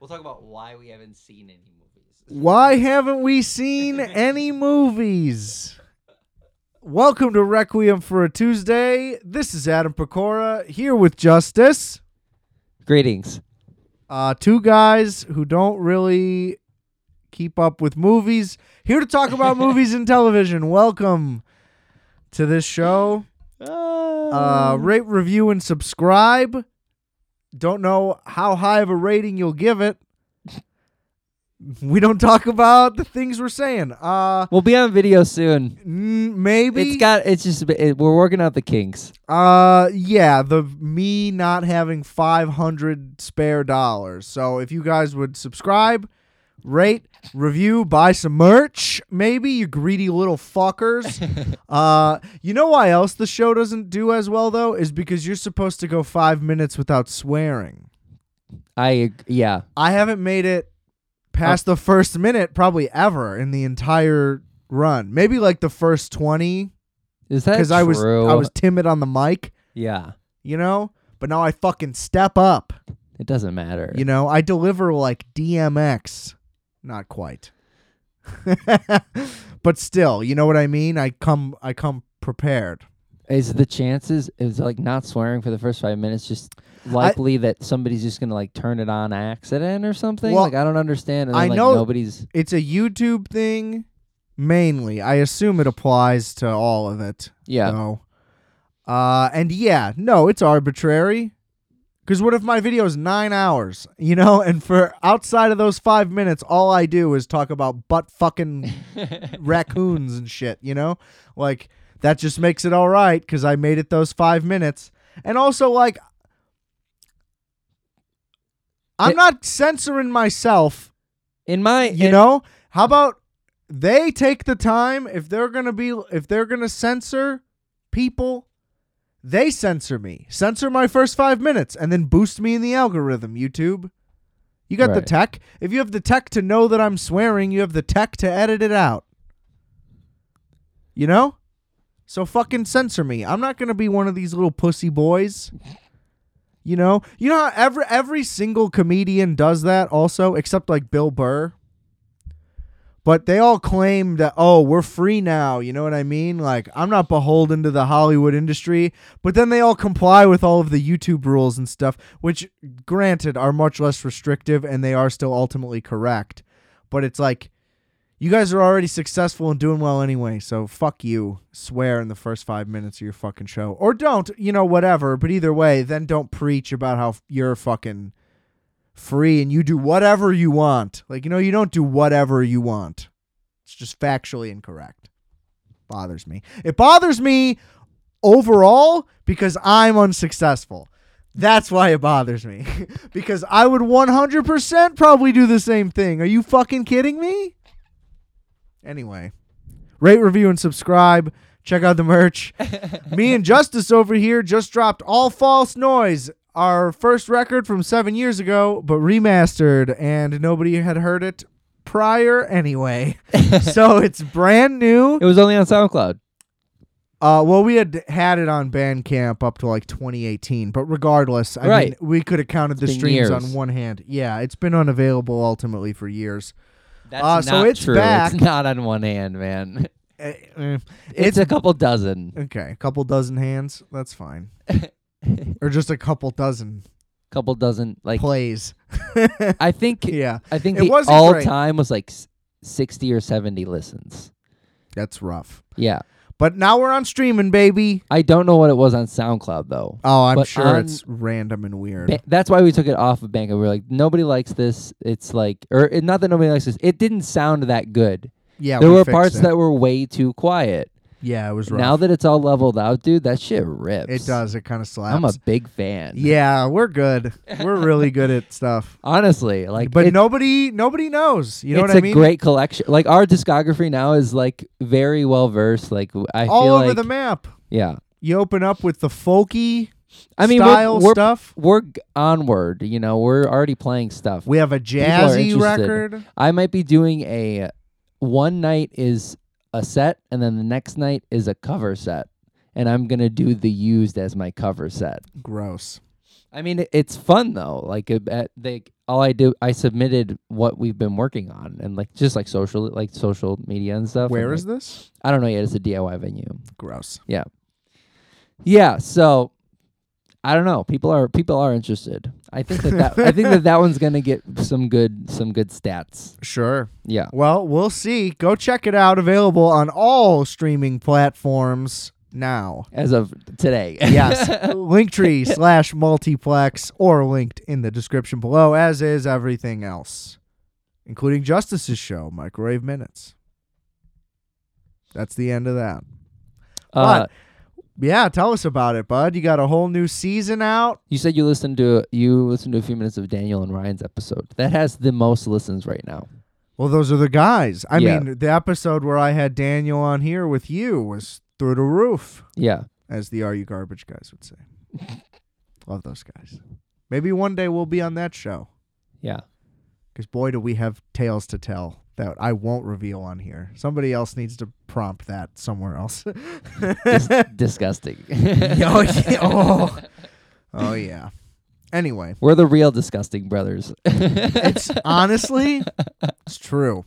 We'll talk about why we haven't seen any movies. Why haven't we seen any movies? Welcome to Requiem for a Tuesday. This is Adam Pecora here with Justice. Greetings. Uh, two guys who don't really keep up with movies. Here to talk about movies and television. Welcome to this show. Um, Uh, rate, review, and subscribe. Don't know how high of a rating you'll give it. We don't talk about the things we're saying. Uh, We'll be on video soon. n- maybe It's got. It's just. a bit- It, we're working out the kinks. Uh, yeah, the me not having 500 spare dollars. So if you guys would subscribe, rate, review, buy some merch, maybe you greedy little fuckers. uh, you know why else the show doesn't do as well though is because you're supposed to go 5 minutes without swearing. I. Yeah. I haven't made it past Oh. the first minute probably ever in the entire run. Maybe like the first 20 Is that cuz true? I was I was timid on the mic Yeah. you know? But now I fucking step up, It doesn't matter. you know? I deliver like DMX. Not quite. but still, you know what I mean? I come I come prepared. is the chances is like not swearing for the first five minutes just likely that somebody's just gonna like turn it on accident or something? Well, like I don't understand. And then, I like, know- nobody's. It's a YouTube thing mainly. I assume it applies to all of it. Yeah. though. Uh and yeah, no, it's arbitrary. Cause what if my video is nine hours, you know, and for outside of those five minutes, all I do is talk about butt fucking raccoons and shit, you know? Like, that just makes it all right because I made it those five minutes. And also, like, I'm It- not censoring myself, In my. you in- know? How about they take the time if they're going to be, if they're going to censor people, they censor me. Censor my first five minutes and then boost me in the algorithm, YouTube. You got the Right. tech. If you have the tech to know that I'm swearing, you have the tech to edit it out. You know? So fucking censor me. I'm not gonna be one of these little pussy boys. You know? You know how every every single comedian does that also, except like Bill Burr. But they all claim that, oh, we're free now. You know what I mean? Like, I'm not beholden to the Hollywood industry. But then they all comply with all of the YouTube rules and stuff, which, granted, are much less restrictive and they are still ultimately correct. But it's like, you guys are already successful and doing well anyway. So fuck you. Swear in the first five minutes of your fucking show. Or don't, you know, whatever. But either way, then don't preach about how f- you're fucking free and you do whatever you want. Like, you know, you don't do whatever you want. It's just factually incorrect. Bothers me. It bothers me overall because I'm unsuccessful. That's why it bothers me. because I would 100% probably do the same thing. Are you fucking kidding me? Anyway, rate, review, and subscribe. Check out the merch. me and Justice over here just dropped All False Noise, our first record from seven years ago, but remastered, and nobody had heard it prior anyway. so it's brand new. It was only on SoundCloud. Uh, well, we had had it on Bandcamp up to like 2018, but regardless, I Right. mean, we could have counted the been streams years. on one hand. Yeah, it's been unavailable ultimately for years. That's Uh, so not it's true. back. It's not on one hand, man. Eh, eh, It's, a couple dozen. okay, a couple dozen hands, that's fine, or just a couple dozen Couple dozen. Like plays. I think. yeah, I think It the wasn't all great. time was like s- sixty or seventy listens. that's rough. Yeah, But now we're on streaming, baby. I don't know what it was on SoundCloud though. Oh, I'm But sure on- it's random and weird. Ba- that's why we took it off of Banco. We were like, nobody likes this. It's like, or it, not that nobody likes this. It didn't sound that good. yeah, there we were fixed parts it. that were way too quiet. yeah, it was rough. Now that it's all leveled out, dude, that shit rips. it does, it kind of slaps. I'm a big fan. yeah, we're good. We're really good at stuff. honestly, like, but it- nobody nobody knows. You know it's what I a mean? great collection. Like our discography now is like very well versed. Like w- I All feel over like, the map. yeah. You open up with the folky I mean, we're- style we're, stuff. we're g- onward. You know, we're already playing stuff. We have a are jazzy interested. record. I might be doing a one night is a set, and then the next night is a cover set, and I'm gonna do the used as my cover set. Gross. I mean, it- it's fun though. Like it, uh, they, all I do, I submitted what we've been working on and like just like social, like social media and stuff. Where is this? I don't know yet. It's a DIY venue. Gross. Yeah. So I don't know. People are people are interested. I think that, that I think that that one's gonna get some good some good stats. Sure. Yeah. Well, we'll see. Go check it out. Available on all streaming platforms now. As of today. Yes. Linktree slash multiplex or linked in the description below, as is everything else, including Justice's show, Microwave Minutes. That's the end of that. uh, But- Yeah, tell us about it, bud. You got a whole new season out. you said you listened to you listened to a few minutes of Daniel and Ryan's episode. That has the most listens right now. Well, those are the guys. I Yeah. mean, the episode where I had Daniel on here with you was through the roof. Yeah. as the Are You Garbage guys would say. Love those guys. Maybe one day we'll be on that show Yeah. because boy, do we have tales to tell that I won't reveal on here. Somebody else needs to prompt that somewhere else. Dis- disgusting. Oh, yeah. Oh. oh yeah. Anyway, We're the real disgusting brothers. it's honestly, it's true.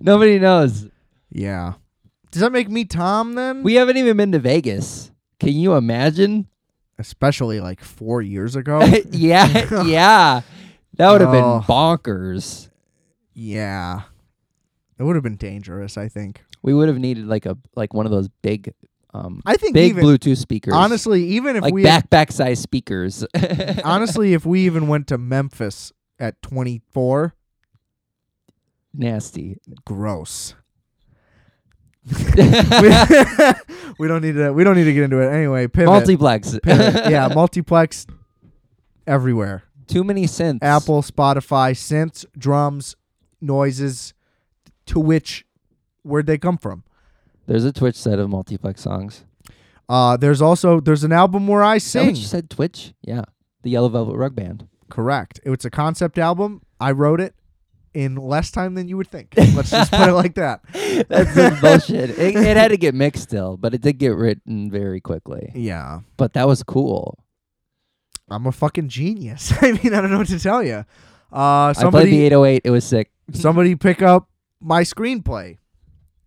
Nobody knows. Yeah. Does that make me Tom then? We haven't even been to Vegas. Can you imagine? Especially like four years ago. yeah, yeah. That would have Oh. been bonkers. yeah. It would have been dangerous. I think. We would have needed like a like one of those big um I think big even Bluetooth speakers. honestly, even if like we had- backpack size speakers. honestly, if we even went to Memphis at 24, Nasty. gross. we don't need to. We don't need to get into it anyway. Pivot. Multiplex. pivot. yeah, multiplex everywhere. Too many synths. Apple, Spotify, synths, drums, noises. To which, where'd they come from? There's a Twitch set of multiplex songs. Uh, there's also there's an album where I Is that sing. what you said Twitch? Yeah. The Yellow Velvet Rug Band. Correct. It's a concept album. I wrote it in less time than you would think. Let's just put it like that. That's some bullshit. It, it had to get mixed still, but it did get written very quickly. Yeah. But that was cool. I'm a fucking genius. I mean, I don't know what to tell you. Uh, I played the somebody, 808. It was sick. somebody pick up my screenplay,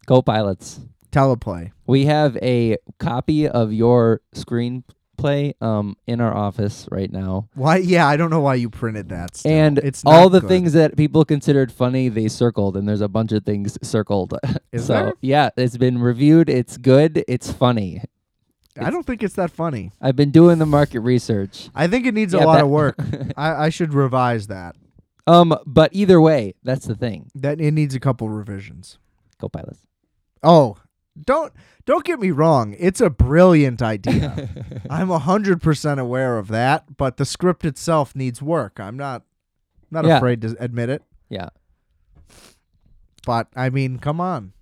Go Pilots. teleplay. We have a copy of your screenplay um, in our office right now. Why? Yeah, I don't know why you printed that. still. And it's all not the good. things that people considered funny, they circled, and there's a bunch of things circled. Is so, there? yeah, it's been reviewed. It's good. It's funny. I don't think it's that funny. I've been doing the market research. I think it needs Yeah, a lot that- of work. I, I should revise that. Um, but either way, that's the thing. That it needs a couple revisions. Go pilots. Oh, don't don't get me wrong. It's a brilliant idea. I'm hundred percent aware of that, but the script itself needs work. I'm not not Yeah. afraid to admit it. Yeah. But I mean, come on.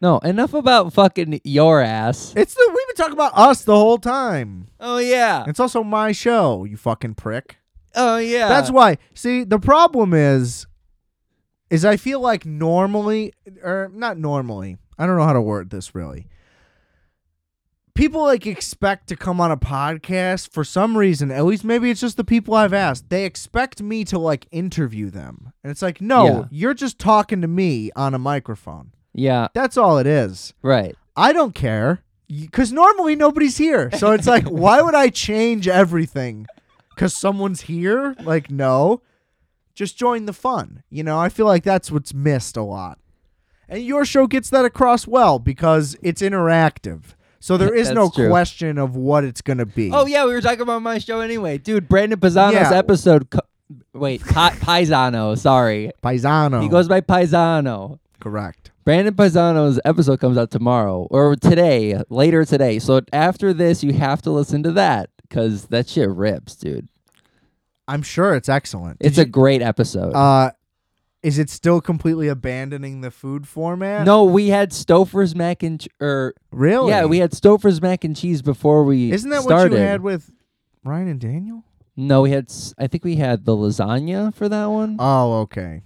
No, enough about fucking your ass. It's the we've been talking about us the whole time. Oh yeah. It's also my show, you fucking prick. Oh yeah. That's why. See, the problem is is I feel like normally or not normally. I don't know how to word this really. People like expect to come on a podcast for some reason. At least maybe it's just the people I've asked. They expect me to like interview them. And it's like, "No, Yeah. you're just talking to me on a microphone." Yeah. That's all it is. Right. I don't care because normally nobody's here. So it's like, why would I change everything? Because someone's here? Like, no. Just join the fun. You know, I feel like that's what's missed a lot. And your show gets that across well because it's interactive. So there is no That's true. question of what it's going to be. Oh yeah, we were talking about my show anyway, dude. Brandon Pisano's Yeah. episode. Co- wait, pa- Paisano. Sorry, Paisano. he goes by Paisano. Correct. Brandon Paisano's episode comes out tomorrow or today, later today. So after this, you have to listen to that because that shit rips, dude. I'm sure it's excellent. It's a great episode. Uh, is it still completely abandoning the food format? no, we had Stouffer's mac and ch- or Really? yeah, we had Stouffer's mac and cheese before we Isn't that started. what you had with Ryan and Daniel? No, we had. s- I think we had the lasagna for that one. Oh, okay.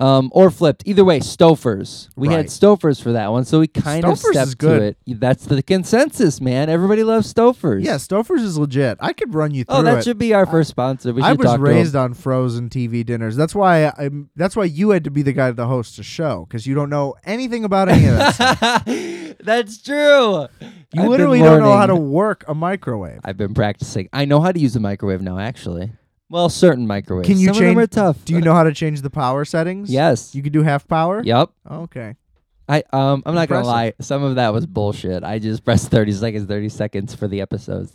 um, or flipped. Either way, Stofers. We had Right. Stofers for that one, so we kind of Stouffer's is stepped good. to it. Y- That's the consensus, man. Everybody loves Stofers. Yeah, Stouffer's is legit. I could run you through Oh, that it. should be our first sponsor. We should I was talk raised to on frozen TV dinners. That's why I, I'm- that's why you had to be the guy to host the show because you don't know anything about any of that. stuff. them. That's true. You I've been literally don't know how to learning. work a microwave. I've been practicing. I know how to use a microwave now, actually. Well, certain microwaves. Can you Some Of them change- are tough. Do you know how to change the power settings? Yes. You could do half power. yep. Okay. I um I'm not Impressive. gonna lie, some of that was bullshit. I just pressed thirty seconds, thirty seconds for the episodes.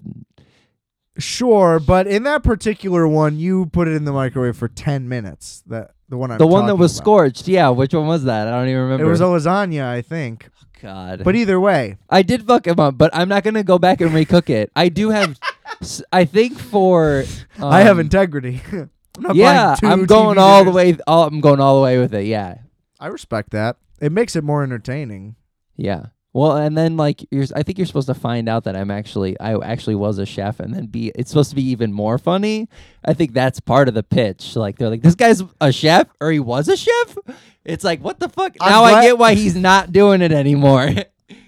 Sure, but in that particular one, you put it in the microwave for ten minutes. That the one I'm the one that talking was about. scorched, yeah. Which one was that? I don't even remember. It was a lasagna, I think. God. But either way, I did fuck him up, but I'm not gonna go back and recook it. I do have, s- I think for I have um, integrity. I'm not buying Yeah, two I'm going TV all the dinners. way. All, I'm going all the way with it. Yeah, I respect that. It makes it more entertaining. yeah. Well, and then like you're, s- I think you're supposed to find out that I'm actually, I actually was a chef, and then be. It's supposed to be even more funny. I think that's part of the pitch. Like they're like, this guy's a chef, or he was a chef. It's like, what the fuck? I'm now glad- I get why he's not doing it anymore.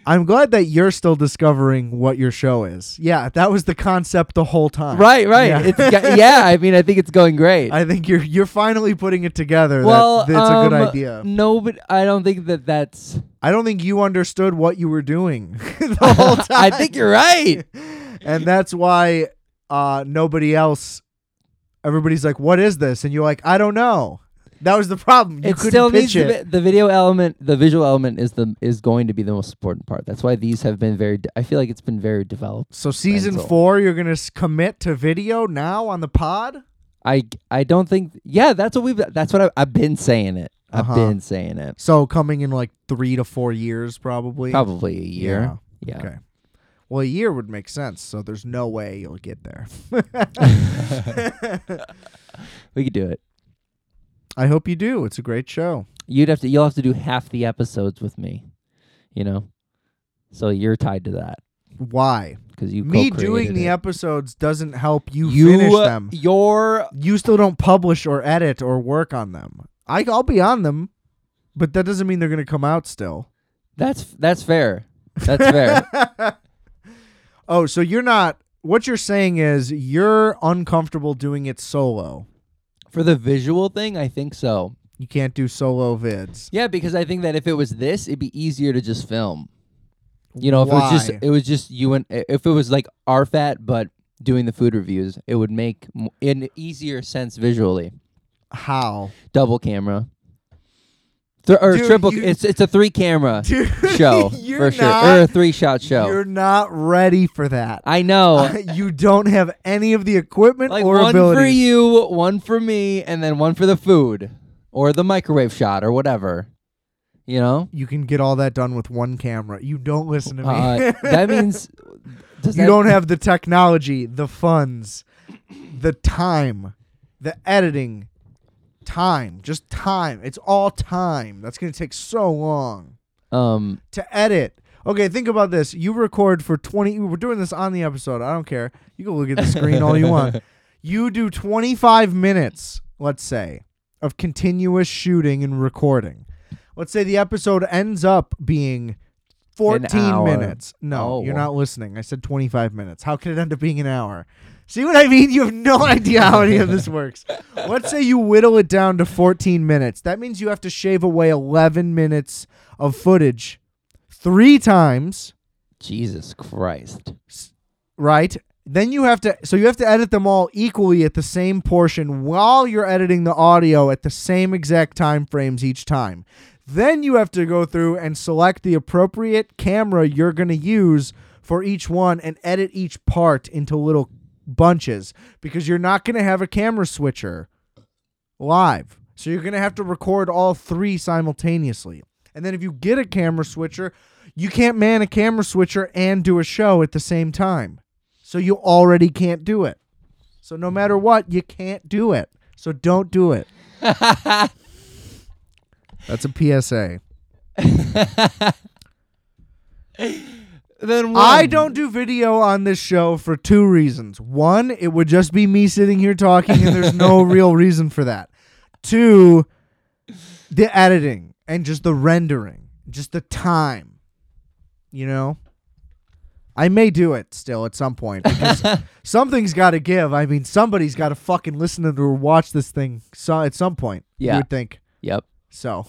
I'm glad that you're still discovering what your show is. Yeah, that was the concept the whole time. right, right. Yeah. It's got- yeah. I mean, I think it's going great. I think you're you're finally putting it together. that- well, that, it's a um, good idea. No, but I don't think that that's. I don't think you understood what you were doing the whole time. I think you're right. and that's why uh, nobody else. Everybody's like, "What is this?" And you're like, "I don't know." That was the problem. You it couldn't still pitch needs it. to be, the video element. The visual element is the is going to be the most important part. That's why these have been very. De- I feel like it's been very developed. so season Mental. four, you're gonna s- commit to video now on the pod. I I don't think. Yeah, that's what we've. That's what I, I've been saying it. I've Uh-huh. been saying it. So coming in like three to four years, probably. Probably a year. Yeah. Okay. Well, a year would make sense. So there's no way you'll get there. We could do it. I hope you do. It's a great show. You'd have to. You'll have to do half the episodes with me. You know. So you're tied to that Why? because you Me co-created doing the it. episodes doesn't help you, you uh, finish them. Your You still don't publish or edit or work on them. I, I'll be on them, but that doesn't mean they're going to come out still. that's that's fair. That's fair. Oh, so you're not. What you're saying is you're uncomfortable doing it solo. For the visual thing, I think so. You can't do solo vids. Yeah, because I think that if it was this, it'd be easier to just film. You know, if it was Why? just it was just you and if it was like RFAT but doing the food reviews, it would make m- an easier sense visually. How? Double camera. Th- or Dude, triple you- it's it's a three camera Dude, show you're for sure. not- Or a three shot show. You're not ready for that. I know. you don't have any of the equipment like or one abilities. for you, one for me, and then one for the food. Or the microwave shot or whatever. You know? You can get all that done with one camera. You don't listen to me. Uh, that means does you that- don't have the technology, the funds, the time, the editing, time, just time. It's all time. That's going to take so long um to edit. Okay, think about this. You record for 20 we're doing this on the episode. I don't care. You can look at the screen all you want. You do 25 minutes, let's say, of continuous shooting and recording. Let's say the episode ends up being 14 hour. minutes. No, Oh. you're not listening. I said 25 minutes. How could it end up being an hour? See what I mean? You have no idea how any of this works. Let's say you whittle it down to 14 minutes. That means you have to shave away 11 minutes of footage three times, Jesus Christ. right? Then you have to, so you have to edit them all equally at the same portion while you're editing the audio at the same exact time frames each time. Then you have to go through and select the appropriate camera you're going to use for each one and edit each part into little bunches because you're not going to have a camera switcher live. So you're going to have to record all three simultaneously. And then if you get a camera switcher, you can't man a camera switcher and do a show at the same time. So you already can't do it. So no matter what, you can't do it. So don't do it. That's a PSA. Then I don't do video on this show for two reasons. One, it would just be me sitting here talking, and there's no real reason for that. Two, the editing and just the rendering, just the time. You know, I may do it still at some point because something's got to give. I mean, somebody's got to fucking listen to or watch this thing so at some point. Yeah. you would think Yep. so.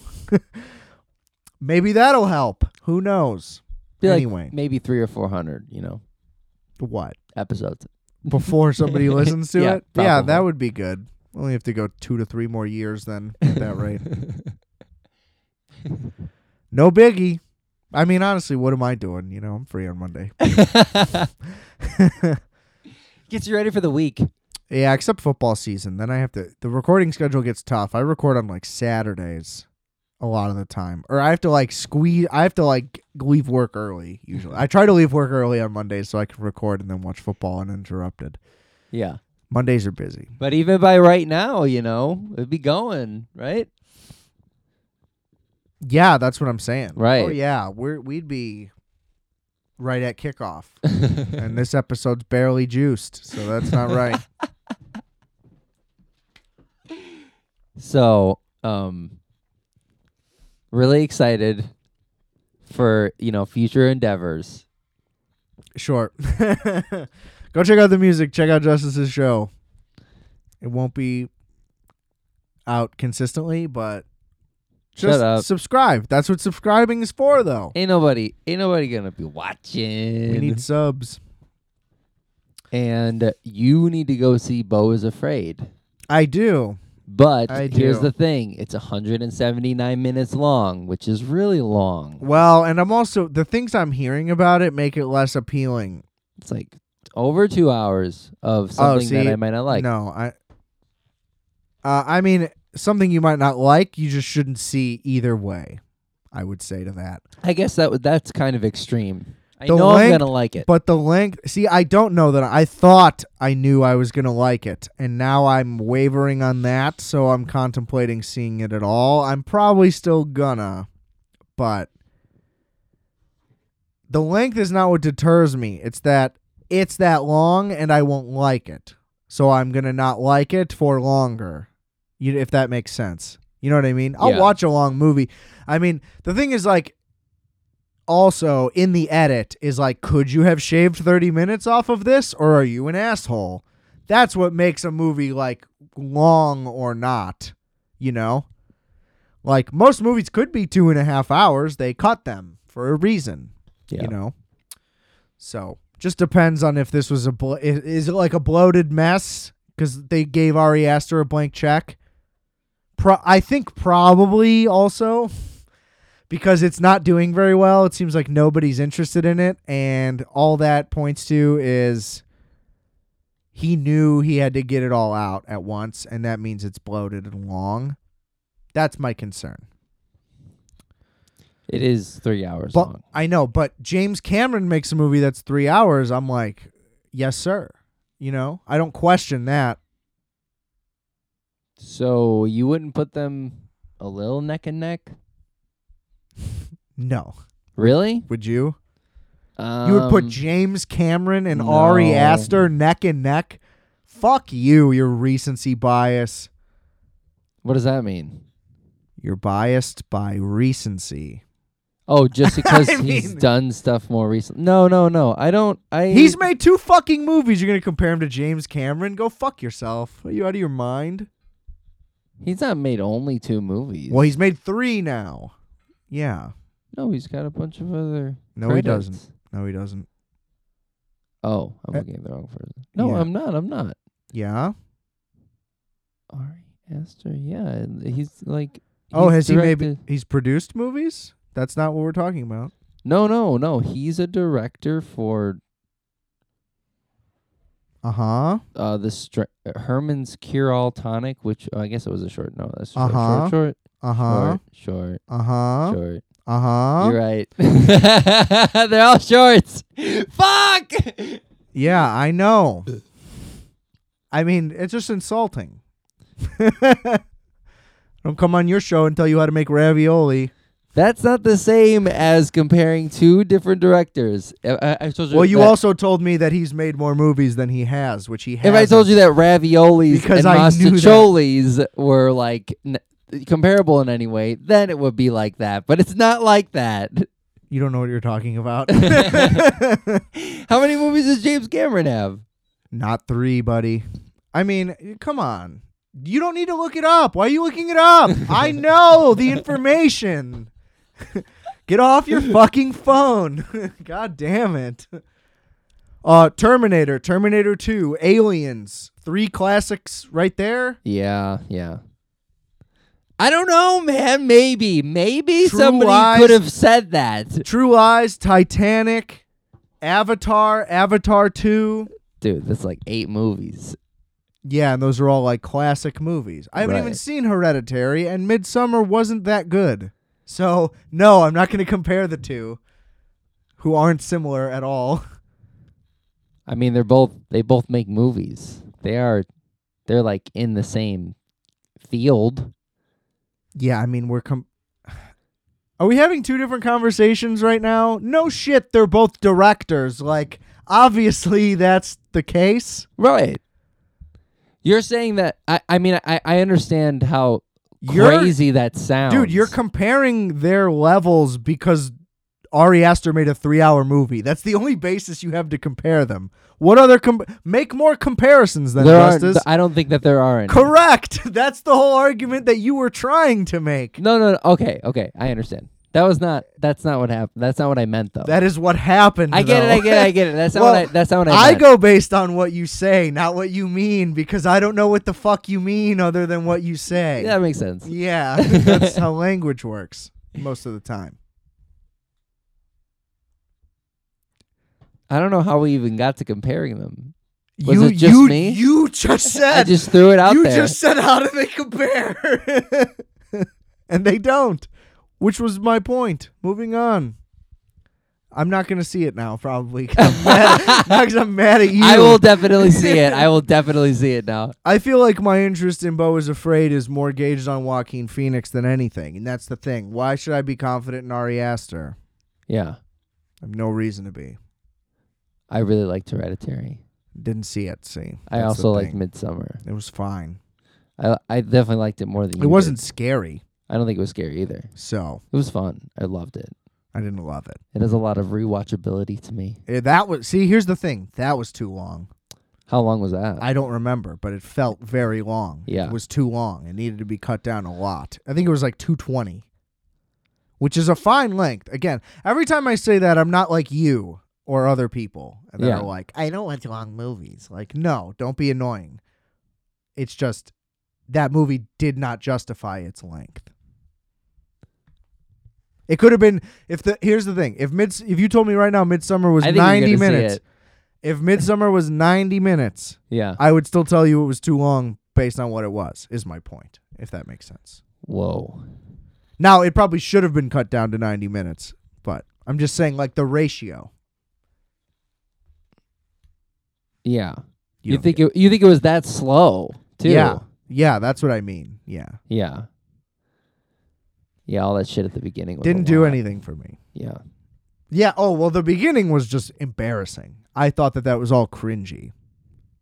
Maybe that'll help. Who knows? Be like Anyway. maybe three or four hundred, you know, What episodes. before somebody listens to Yeah, it? Yeah, that probably. would be good. Only have to go two to three more years then at that rate. No biggie. I mean, honestly, what am I doing? You know, I'm free on Monday. Gets you ready for the week. Yeah, except football season. Then I have to. The recording schedule gets tough. I record on like Saturdays a lot of the time, or I have to like squeeze. I have to like leave work early usually. Mm-hmm. I try to leave work early on Mondays so I can record and then watch football uninterrupted. Yeah. Mondays are busy. But even by right now, you know, it'd be going, right? Yeah, that's what I'm saying. Oh Right. yeah, we're we'd be right at kickoff, and this episode's barely juiced, so that's not right. So, um really excited for, you know, future endeavors. Sure. Go check out the music. Check out Justice's show. It won't be out consistently, but Shut just up. subscribe. That's what subscribing is for, though. Ain't nobody ain't nobody gonna be watching. We need subs. and you need to go see Bo is Afraid. I do. But I here's do. the thing it's 179 minutes long, which is really long. Well, and I'm also the things I'm hearing about it make it less appealing. It's like over two hours of something that Oh, see, I might not like. no, I. Uh, I mean, something you might not like, you just shouldn't see either way. I would say to that. I guess that would that's kind of extreme. I The know I'm length- gonna like it. But the length, see, I don't know that I thought I knew I was going to like it, and now I'm wavering on that, so I'm contemplating seeing it at all. I'm probably still gonna, but the length is not what deters me. It's that it's that long and I won't like it. So I'm going to not like it for longer. You, if that makes sense. You know what I mean? I'll Yeah. watch a long movie. I mean, the thing is like also in the edit is like, could you have shaved 30 minutes off of this or are you an asshole? That's what makes a movie like long or not, you know? Like most movies could be two and a half hours. They cut them for a reason, yeah. you know? So just depends on if this was a, blo- i- is it like a bloated mess? Because they gave Ari Aster a blank check. Pro- I think probably also because it's not doing very well. It seems like nobody's interested in it, and all that points to is he knew he had to get it all out at once, and that means it's bloated and long. That's my concern. It is three hours But long. I know, but James Cameron makes a movie that's three hours. I'm like, yes, sir. You know, I don't question that. So you wouldn't put them a little neck and neck? No, Really? would you? Um, You would put James Cameron and no. Ari Aster neck and neck. Fuck you, your recency bias. What does that mean? You're biased by recency. Oh, just because I he's mean- done stuff more recently. No, no, no. I don't. I He's made two fucking movies. You're gonna compare him to James Cameron? Go fuck yourself. Are you out of your mind? he's not made only two movies. Well, he's made three now. Yeah. no, he's got a bunch of other. No, he credits. doesn't. No, he doesn't. Oh, I'm Uh, looking at the wrong person. No, yeah. I'm not. I'm not. Yeah. Ari Aster. Yeah, and he's like. Oh, he's has he maybe directed- he's produced movies? That's not what we're talking about. No, no, no. He's a director for Uh huh. uh the str- Herman's Cure All Tonic, which oh, I guess it was a short. No, that's short, Uh-huh. short, short, Uh huh. short, short, Uh huh. short. Uh huh. You're right. They're all shorts. Fuck. Yeah, I know. I mean, it's just insulting. Don't come on your show and tell you how to make ravioli. That's not the same as comparing two different directors. I, I, I told you Well, you that- also told me that he's made more movies than he has, which he has. If I told you that raviolis Because and I knew that. masticholis were like n- comparable in any way, then it would be like that. But it's not like that. You don't know what you're talking about. How many movies does James Cameron have? Not three, buddy. I mean, come on. You don't need to look it up. Why are you looking it up? I know the information. Get off your fucking phone. God damn it. Uh Terminator, Terminator 2, Aliens, three classics right there. Yeah, yeah. I don't know, man. Maybe, maybe True somebody Lies. could have said that, True Lies, Titanic, Avatar, Avatar 2. dude. That's like eight movies. Yeah, and those are all like classic movies. I haven't even Right. seen Hereditary, and Midsummer wasn't that good. So no, I'm not going to compare the two, who aren't similar at all. I mean, they're both they both make movies. They are, they're like in the same field. Yeah, I mean we're com- Are we having two different conversations right now? No shit, they're both directors. Like obviously that's the case. Right. You're saying that I, I mean I, I understand how You're- crazy that sounds. Dude, you're comparing their levels because Ari Aster made a three-hour movie. That's the only basis you have to compare them. What other com- make more comparisons than there aren't, Justice? I don't think that there are any. Correct. That's the whole argument that you were trying to make. No, no, no. Okay, okay. I understand. That was not that's not what happened. That's not what I meant though. That is what happened. I get it, I though. get it, I get it. That's not what I Well, that's not what I I meant. go based on what you say, not what you mean, because I don't know what the fuck you mean other than what you say. Yeah, that makes sense. Yeah, that's how language works most of the time. I don't know how we even got to comparing them. Was you, it just you, me? You just said. I just threw it out you there. just said how do they compare? and they don't, which was my point. Moving on. I'm not going to see it now, probably. 'cause I'm mad, not 'cause I'm mad at you. I will definitely see it. I will definitely see it now. I feel like my interest in Bo is Afraid is more gauged on Joaquin Phoenix than anything, and that's the thing. Why should I be confident in Ari Aster? Yeah. I have no reason to be. I really liked Hereditary. Didn't see it. See, I That's the also liked thing. Midsummer. It was fine. I I definitely liked it more than you. It did. wasn't scary, I don't think it was scary either. so It was fun. I loved it. I didn't love it. It has a lot of rewatchability to me. Eh, That was see. Here's the thing. That was too long. How long was that? I don't remember, but it felt very long. Yeah. It was too long. It needed to be cut down a lot. I think it was like 220, which is a fine length. Again, every time I say that, I'm not like you or other people that Yeah. are like, I don't want long movies. Like, no, don't be annoying. It's just that movie did not justify its length. It could have been if the here's the thing if mid if you told me right now Midsummer was I think you're 90 gonna see minutes it. if Midsummer was 90 minutes Yeah. I would still tell you it was too long based on what it was, is my point, if that makes sense. Whoa. Now, it probably should have been cut down to 90 minutes, but I'm just saying, like, the ratio. Yeah. You, don't think get- it, you think it was that slow too? Yeah. Yeah, that's what I mean. Yeah. Yeah. Yeah. All that shit at the beginning was a Didn't do lot. anything for me. Yeah. Yeah. Oh, well, the beginning was just embarrassing. I thought that that was all cringy.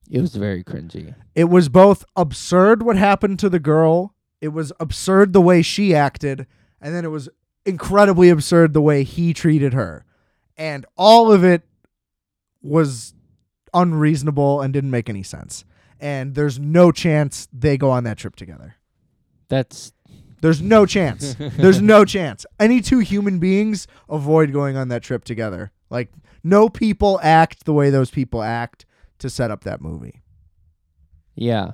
It was very cringy. It was both absurd what happened to the girl, it was absurd the way she acted, and then it was incredibly absurd the way he treated her. And all of it was unreasonable and didn't make any sense. And there's no chance they go on that trip together. That's There's no chance. there's no chance. Any two human beings avoid going on that trip together. Like, no people act the way those people act to set up that movie. yeah.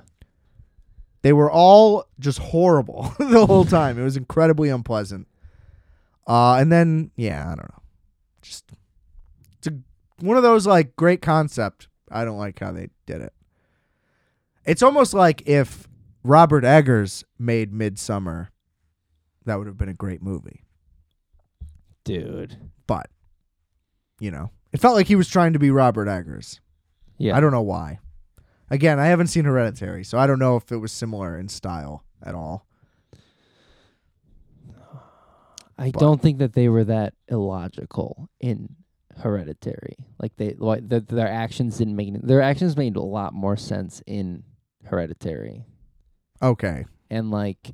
They were all just horrible the whole time. It was incredibly unpleasant. Uh, and then yeah, I don't know. Just it's a, one of those like great concept. I don't like how they did it. It's almost like if Robert Eggers made Midsummer, that would have been a great movie. Dude. But you know, it felt like he was trying to be Robert Eggers. Yeah. I don't know why. Again, I haven't seen Hereditary, so I don't know if it was similar in style at all. I but- don't think that they were that illogical in Hereditary. Like they, like the, their actions didn't make their actions made a lot more sense in Hereditary, Okay. and like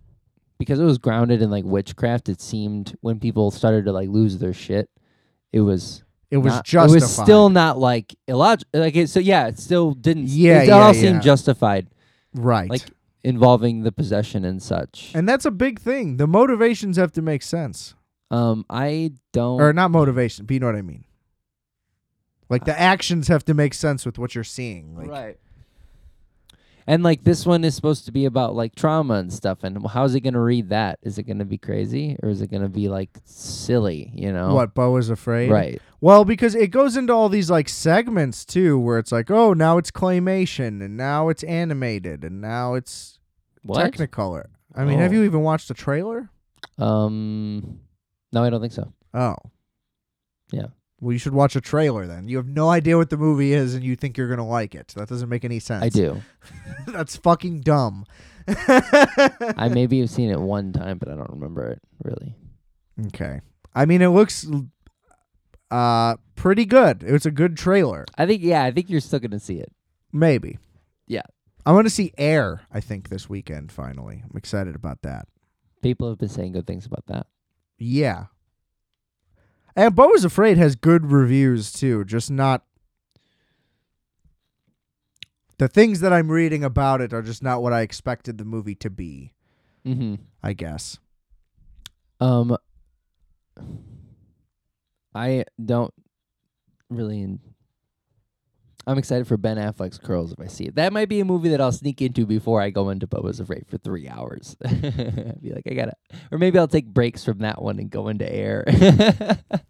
because it was grounded in like witchcraft, it seemed when people started to like lose their shit, it was It was not- justified. It was still not like illogical. Like it, so, yeah, it still didn't. Yeah, it yeah, all yeah. seemed justified, right. like involving the possession and such. and that's a big thing. The motivations have to make sense. um, I don't. Or not motivation, but you know what I mean. Like the actions have to make sense with what you're seeing. Like right. And like this one is supposed to be about like trauma and stuff, and how is it going to read that? Is it going to be crazy or is it going to be like silly? You know what Bo was afraid. Right. Well, because it goes into all these like segments too, where it's like, oh, now it's claymation, and now it's animated, and now it's What? Technicolor. I mean, have Oh. you even watched the trailer? um. No, I don't think so. Oh. Yeah. Well, you should watch a trailer then. You have no idea what the movie is, and you think you're gonna like it. That doesn't make any sense. I do. That's fucking dumb. I maybe have seen it one time, but I don't remember it really. Okay. I mean, it looks l- uh pretty good. It's a good trailer, I think yeah, I think you're still going to see it. maybe. Yeah. I want to see Air. I think this weekend finally. I'm excited about that. People have been saying good things about that. Yeah. And Bo is Afraid has good reviews too, just not. The things that I'm reading about it are just not what I expected the movie to be, Mm-hmm. I guess. Um, I don't really. En- I'm excited for Ben Affleck's Curls if I see it. That might be a movie that I'll sneak into before I go into Boba's Afraid for three hours. be like, I gotta, or maybe I'll take breaks from that one and go into Air. I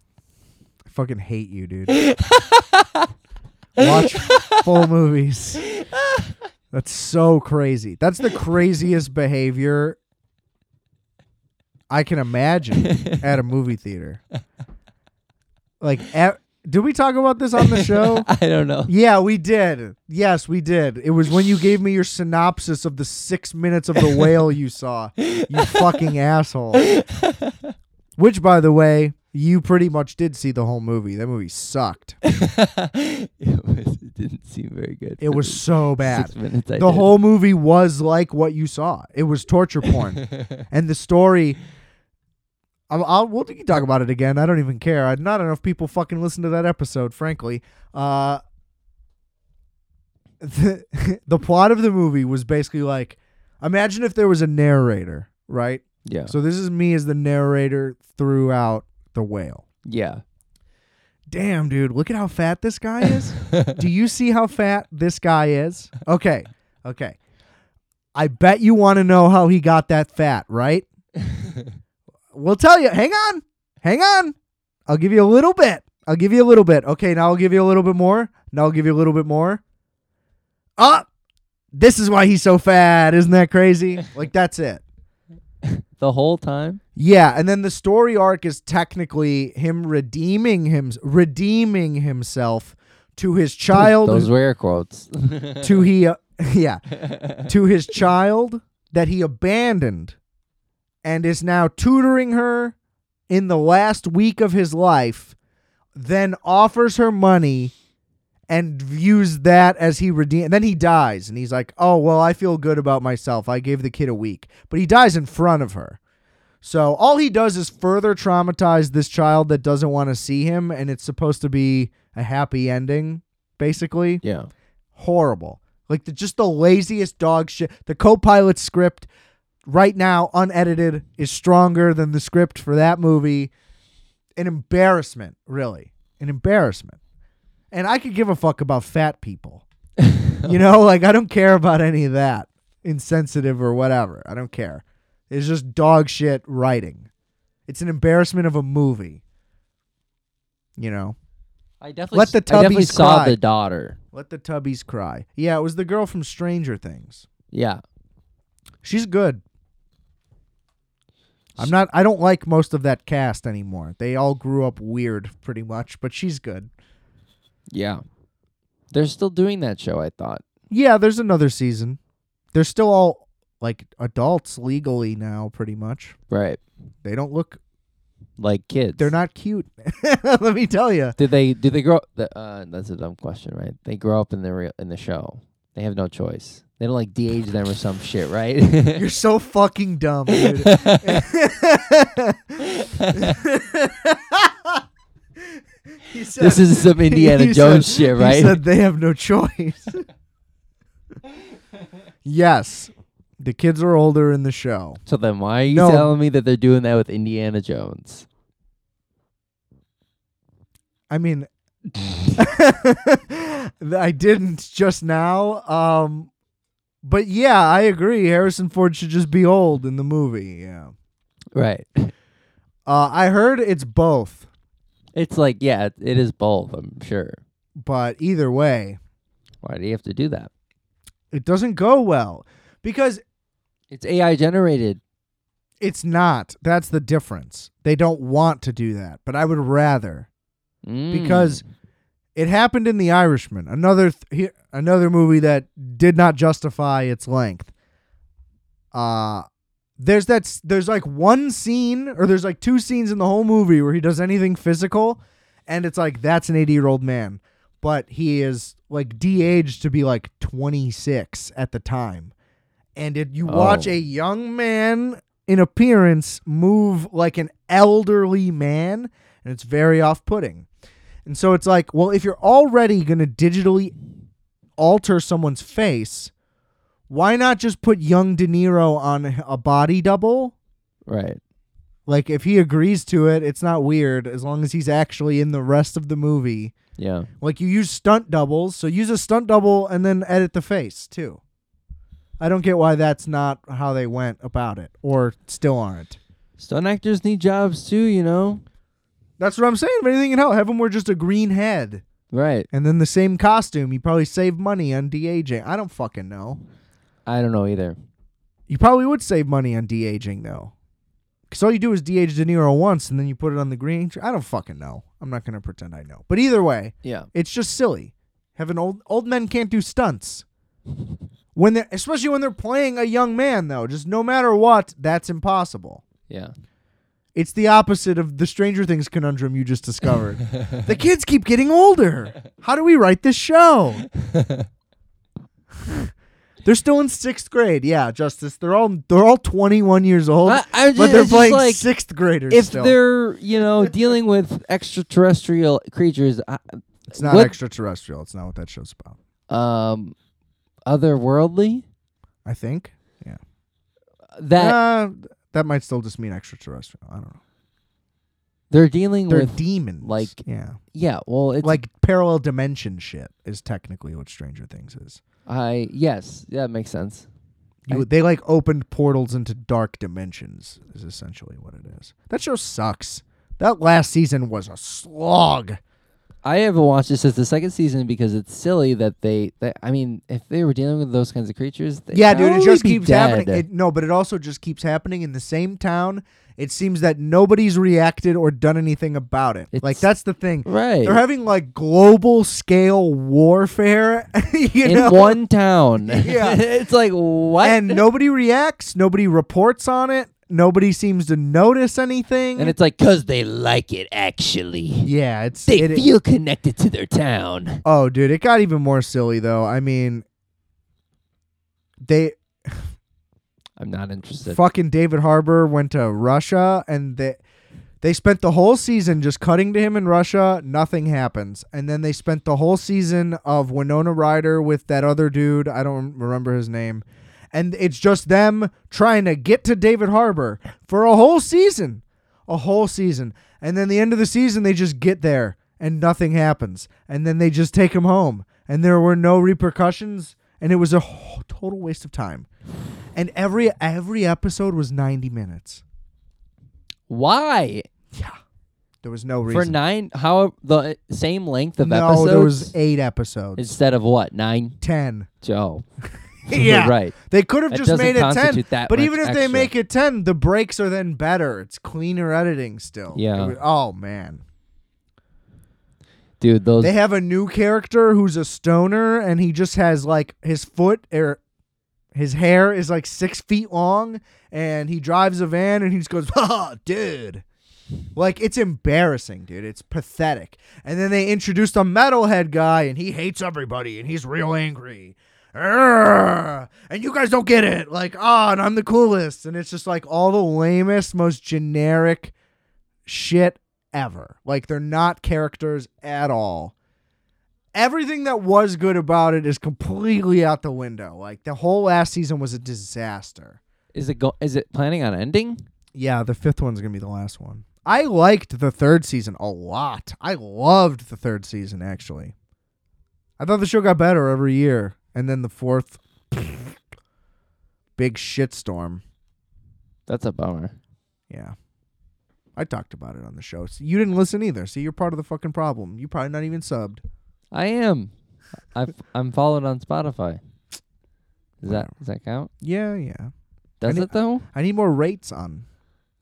fucking hate you, dude. Watch full movies. That's so crazy. That's the craziest behavior I can imagine at a movie theater. Like, e- did we talk about this on the show? I don't know. Yeah, we did. Yes, we did. It was when you gave me your synopsis of the six minutes of the whale you saw. You fucking asshole. Which, by the way, you pretty much did see the whole movie. That movie sucked. it, was, it didn't seem very good. It was so bad. Six minutes. I The did. whole movie was like what you saw. It was torture porn, and the story. I'll, I'll we'll we can talk about it again. I don't even care. I, not enough people fucking listen to that episode, frankly. Uh, the the plot of the movie was basically like, imagine if there was a narrator, right? Yeah. So this is me as the narrator throughout the whale. yeah. Damn, dude, look at how fat this guy is. Do you see how fat this guy is? Okay. Okay. I bet you want to know how he got that fat, right? we'll tell you. Hang on. Hang on. I'll give you a little bit. I'll give you a little bit. Okay, now I'll give you a little bit more. Now I'll give you a little bit more. Up. this is why he's so fat. Isn't that crazy? Like that's it. The whole time. Yeah, and then the story arc is technically him redeeming him redeeming himself to his child Those were air quotes. to he uh, yeah to his child that he abandoned and is now tutoring her in the last week of his life then offers her money and views that as he redeem then he dies and he's like oh well i feel good about myself i gave the kid a week but he dies in front of her so all he does is further traumatize this child that doesn't want to see him and it's supposed to be a happy ending basically yeah. horrible. Like the just the laziest dog shit. The co-pilot script right now unedited is stronger than the script for that movie. An embarrassment, really. An embarrassment. And I could give a fuck about fat people. you know, like I don't care about any of that. Insensitive or whatever. I don't care. It's just dog shit writing. It's an embarrassment of a movie. You know. I definitely Let s- the I definitely tubbies saw cry. the daughter. Let the tubbies cry. Yeah, it was the girl from Stranger Things. Yeah. She's good. I'm not I don't like most of that cast anymore. They all grew up weird pretty much, but she's good. Yeah. They're still doing that show, I thought. Yeah, there's another season. They're still all like adults legally now pretty much. Right. They don't look Like kids. they're not cute. Let me tell you. Did they did they grow the, uh that's a dumb question, right? They grow up in the real in the show. They have no choice. They don't like de-age them or some shit, right? You're so fucking dumb, dude. He said- this is some Indiana he Jones said- shit, he right? said they have no choice. yes, the kids are older in the show. so then why are you No. telling me that they're doing that with Indiana Jones? I mean, I didn't just now. Um, but yeah, I agree. Harrison Ford should just be old in the movie. Yeah. Right. Uh, I heard it's both, It's like, yeah, it- it is both, I'm sure. but either way, Why do you have to do that? it doesn't go well because It's AI generated. it's not. That's the difference. They don't want to do that, but I would rather. Mm. because it happened in The Irishman, another th- he- another movie that did not justify its length. Uh there's that s- there's like one scene or there's like two scenes in the whole movie where he does anything physical and it's like that's an 80-year-old man, but he is like de-aged to be like 26 at the time. And it, you watch Oh. a young man in appearance move like an elderly man and it's very off-putting. And so it's like, well, if you're already going to digitally alter someone's face, why not just put young De Niro on a body double? Right. Like, if he agrees to it, it's not weird as long as he's actually in the rest of the movie. Yeah. Like, you use stunt doubles, so use a stunt double and then edit the face, too. I don't get why that's not how they went about it or still aren't. Stunt actors need jobs too, you know? That's what I'm saying. If anything can help, have him wear just a green head. Right. and then the same costume. You probably save money on de-aging. I don't fucking know. I don't know either. You probably would save money on de-aging though, because all you do is de-age De Niro once, and then you put it on the green. tr- I don't fucking know. I'm not gonna pretend I know. But either way, Yeah. it's just silly. Having old old men can't do stunts when they're especially when they're playing a young man though. Just no matter what, that's impossible. Yeah. It's the opposite of the Stranger Things conundrum you just discovered. the kids keep getting older. How do we write this show? They're still in sixth grade. Yeah, Justice. They're all they're all twenty one years old, I- I'm but ju- they're it's just playing like, sixth graders. If still. they're, you know, dealing with extraterrestrial creatures, I- it's not what- extraterrestrial. It's not what that show's about. um, otherworldly, I think that uh, that might still just mean extraterrestrial. I don't know. they're dealing They're with. demons. like- yeah, yeah. Well, it's like parallel dimension shit is technically what Stranger Things is. I yes, yeah, it makes sense. You, I- they like opened portals into dark dimensions. Is essentially what it is. That show sucks. That last season was a slog. I haven't watched this since the second season because it's silly that they. That, I mean, if they were dealing with those kinds of creatures, they Yeah, dude, it just keeps happening. dead. It, no, but it also just keeps happening in the same town. It seems that nobody's reacted or done anything about it. like It's- that's the thing. right They're having like global scale warfare, you in know? one town. Yeah. it's like what? and nobody reacts. Nobody reports on it. Nobody seems to notice anything. And it's like because they like it actually. yeah, it's They it- feel connected to their town. Oh, dude, it got even more silly though. I mean, they I'm not interested. fucking David Harbour went to Russia and they they spent the whole season just cutting to him in Russia, nothing happens. And then they spent the whole season of Winona Ryder with that other dude, I don't remember his name. And it's just them trying to get to David Harbour for a whole season. A whole season. And then the end of the season they just get there and nothing happens. And then they just take him home and there were no repercussions and it was a wh- total waste of time and every every episode was 90 minutes Why there was no for reason nine? How the same length of no episodes? there was eight episodes instead of what nine? 10 Joe. yeah right. they could have That just doesn't made it 10 constitute that but much even if they extra. make it 10 the breaks are then better it's cleaner editing still It Yeah. was- oh man Dude, those they have a new character who's a stoner and he just has like his foot or his hair is like six feet long and he drives a van and he just goes oh dude like it's embarrassing dude it's pathetic and then they introduced a metalhead guy and he hates everybody and he's real angry "Arrgh, and you guys don't get it. Like, ah, and I'm the coolest. And it's just like all the lamest, most generic shit ever. Like, they're not characters at all. Everything that was good about it is completely out the window. Like, the whole last season was a disaster. Is it go? Is it planning on ending? Yeah, the fifth one's gonna be the last one. I liked the third season a lot. I loved the third season actually. I thought the show got better every year, and then the fourth, big shitstorm. That's a bummer. Yeah, I talked about it on the show. So you didn't listen either. See, you're part of the fucking problem. You probably not even subbed. I am. I I'm followed on Spotify. Does that does that count? Yeah, yeah. Does need- it though? I need more rates on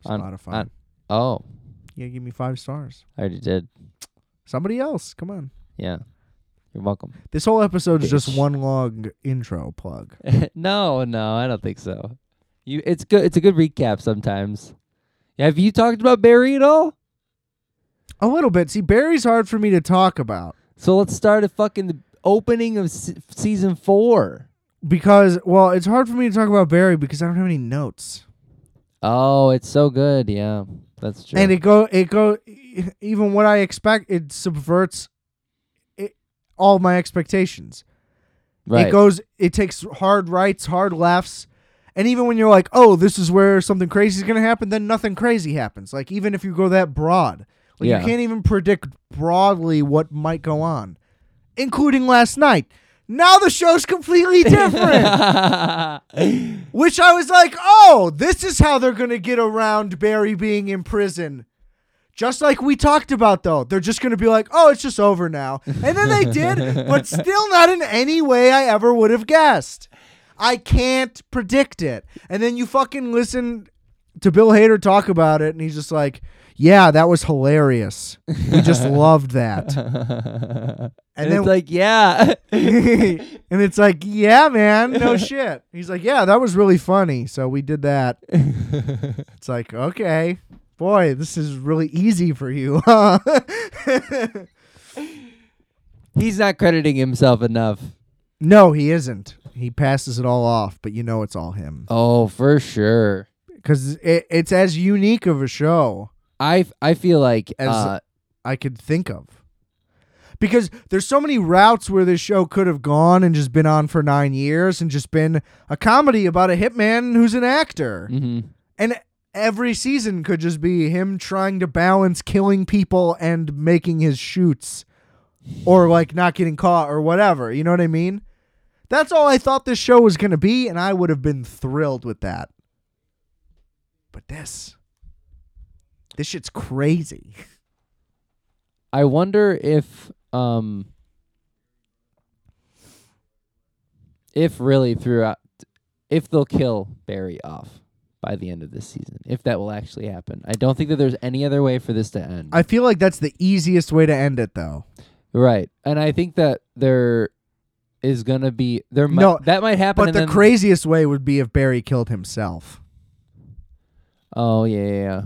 On- Spotify. on- Oh, yeah, give me five stars. I already did. Somebody else, come on. Yeah. You're welcome. This whole episode is just Bitch. one long intro plug. no, no, I don't think so. You it's good it's a good recap sometimes. Have you talked about Barry at all? A little bit. See, Barry's hard for me to talk about So let's start at fucking the opening of se- season 4. because, well, it's hard for me to talk about Barry because I don't have any notes. Oh, it's so good. Yeah. That's true. And it go, it go, e- even what I expect, it subverts it, all my expectations. right. It goes, it takes hard rights, hard lefts. And even when you're like, oh, this is where something crazy is going to happen, then nothing crazy happens. Like, even if you go that broad, like, Yeah. you can't even predict broadly what might go on, including last night. Now the show's completely different. Which I was like, oh, this is how they're going to get around Barry being in prison. Just like we talked about, though. They're just going to be like, oh, it's just over now. And then they did, but still not in any way I ever would have guessed. I can't predict it. And then you fucking listen to Bill Hader talk about it, and he's just like, yeah, that was hilarious. We just loved that. and And it's then- like, yeah. and it's like, yeah, man, no shit. He's like, yeah, that was really funny. So we did that. It's like, okay, boy, this is really easy for you. huh? He's not crediting himself enough. no, he isn't. He passes it all off, but you know it's all him Oh, for sure. because it, it's as unique of a show I f- I feel like As- uh, I could think of. Because there's so many routes where this show could have gone and just been on for nine years and just been a comedy about a hitman who's an actor. mhm. And every season could just be him trying to balance killing people and making his shoots or like not getting caught or whatever. You know what I mean? That's all I thought this show was going to be, and I would have been thrilled with that. But this, this shit's crazy. I wonder if um if really throughout if they'll kill Barry off by the end of this season. If that will actually happen. I don't think that there's any other way for this to end. I feel like that's the easiest way to end it, though. right. And I think that there is going to be there might No, that might happen But and the then- craziest way would be if Barry killed himself. Oh yeah, yeah. yeah.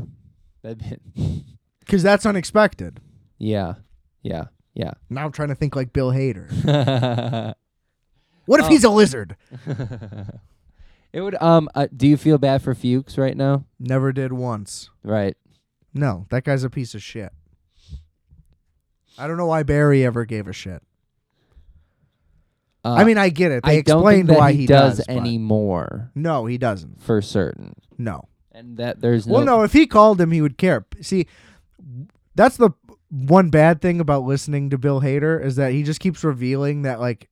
That'd be- Because that's unexpected. yeah. Yeah. Yeah. Now I'm trying to think like Bill Hader. it What if Oh. he's a lizard? would um uh, do you feel bad for Fuchs right now? Never did once. Right. No, that guy's a piece of shit. I don't know why Barry ever gave a shit. Uh, I mean, I get it. They I don't think explained that why he, he does, but- anymore No, he doesn't. for certain. No. And that there's Well, no, no, if he called him, he would care. See, that's the one bad thing about listening to Bill Hader is that he just keeps revealing that like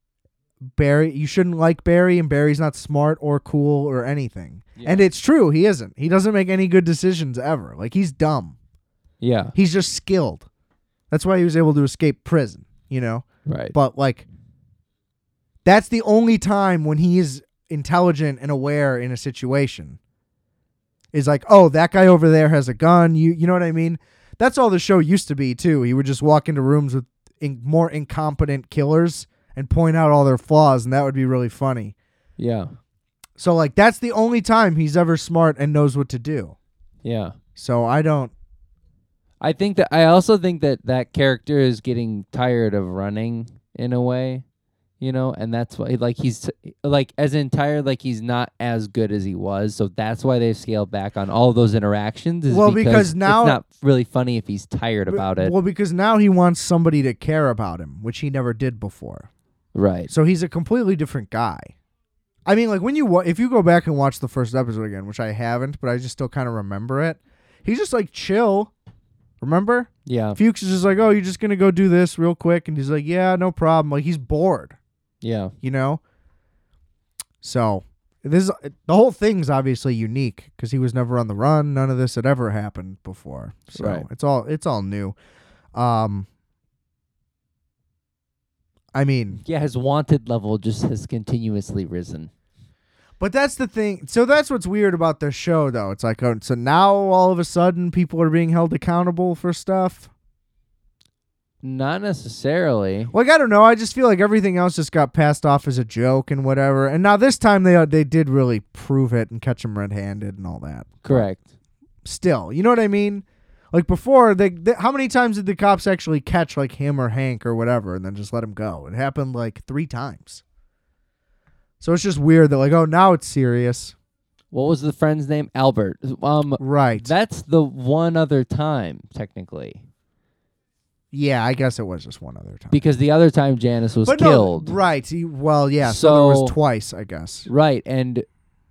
Barry, you shouldn't like Barry, and Barry's not smart or cool or anything. Yeah. And it's true, he isn't. He doesn't make any good decisions ever. Like he's dumb. yeah, He's just skilled. That's why he was able to escape prison. You know. right. but like that's the only time when he is intelligent and aware in a situation is like oh that guy over there has a gun you you know what i mean that's all the show used to be too he would just walk into rooms with in- more incompetent killers and point out all their flaws and that would be really funny yeah. so like that's the only time he's ever smart and knows what to do Yeah. so i don't I think that I also think that that character is getting tired of running in a way. you know, and that's why like he's like as entire like he's not as good as he was, so that's why they've scaled back on all those interactions. Is Well, because because, now- it's not really funny if he's tired about it, Well, because now he wants somebody to care about him, which he never did before. right? So he's a completely different guy. I mean, like when you wa- if you go back and watch the first episode again, which I haven't, but I just still kind of remember it. He's just like chill. Remember? Yeah, Fuchs is just like, "Oh, you're just going to go do this real quick." And he's like, "Yeah, no problem." Like he's bored, yeah, you know? So, this is, the whole thing's obviously unique cuz he was never on the run. None of this had ever happened before. So, Right. it's all it's all new. Um I mean, yeah. His wanted level just has continuously risen. But that's the thing. So that's what's weird about the show, though. It's like, oh, so now all of a sudden people are being held accountable for stuff. Not necessarily. Like I don't know. I just feel like everything else just got passed off as a joke and whatever. And now this time they uh, they did really prove it and catch him red-handed and all that. Correct. Still, you know what I mean? Like before, they, they how many times did the cops actually catch like him or Hank or whatever, and then just let him go? It happened like three times. So it's just weird that like, oh, now it's serious, What was the friend's name? Albert. Um, right? that's the one other time technically, yeah, I guess it was just one other time. because the other time Janice was but killed. No, right. He, well, yeah. So, there was So- twice, I guess. Right, and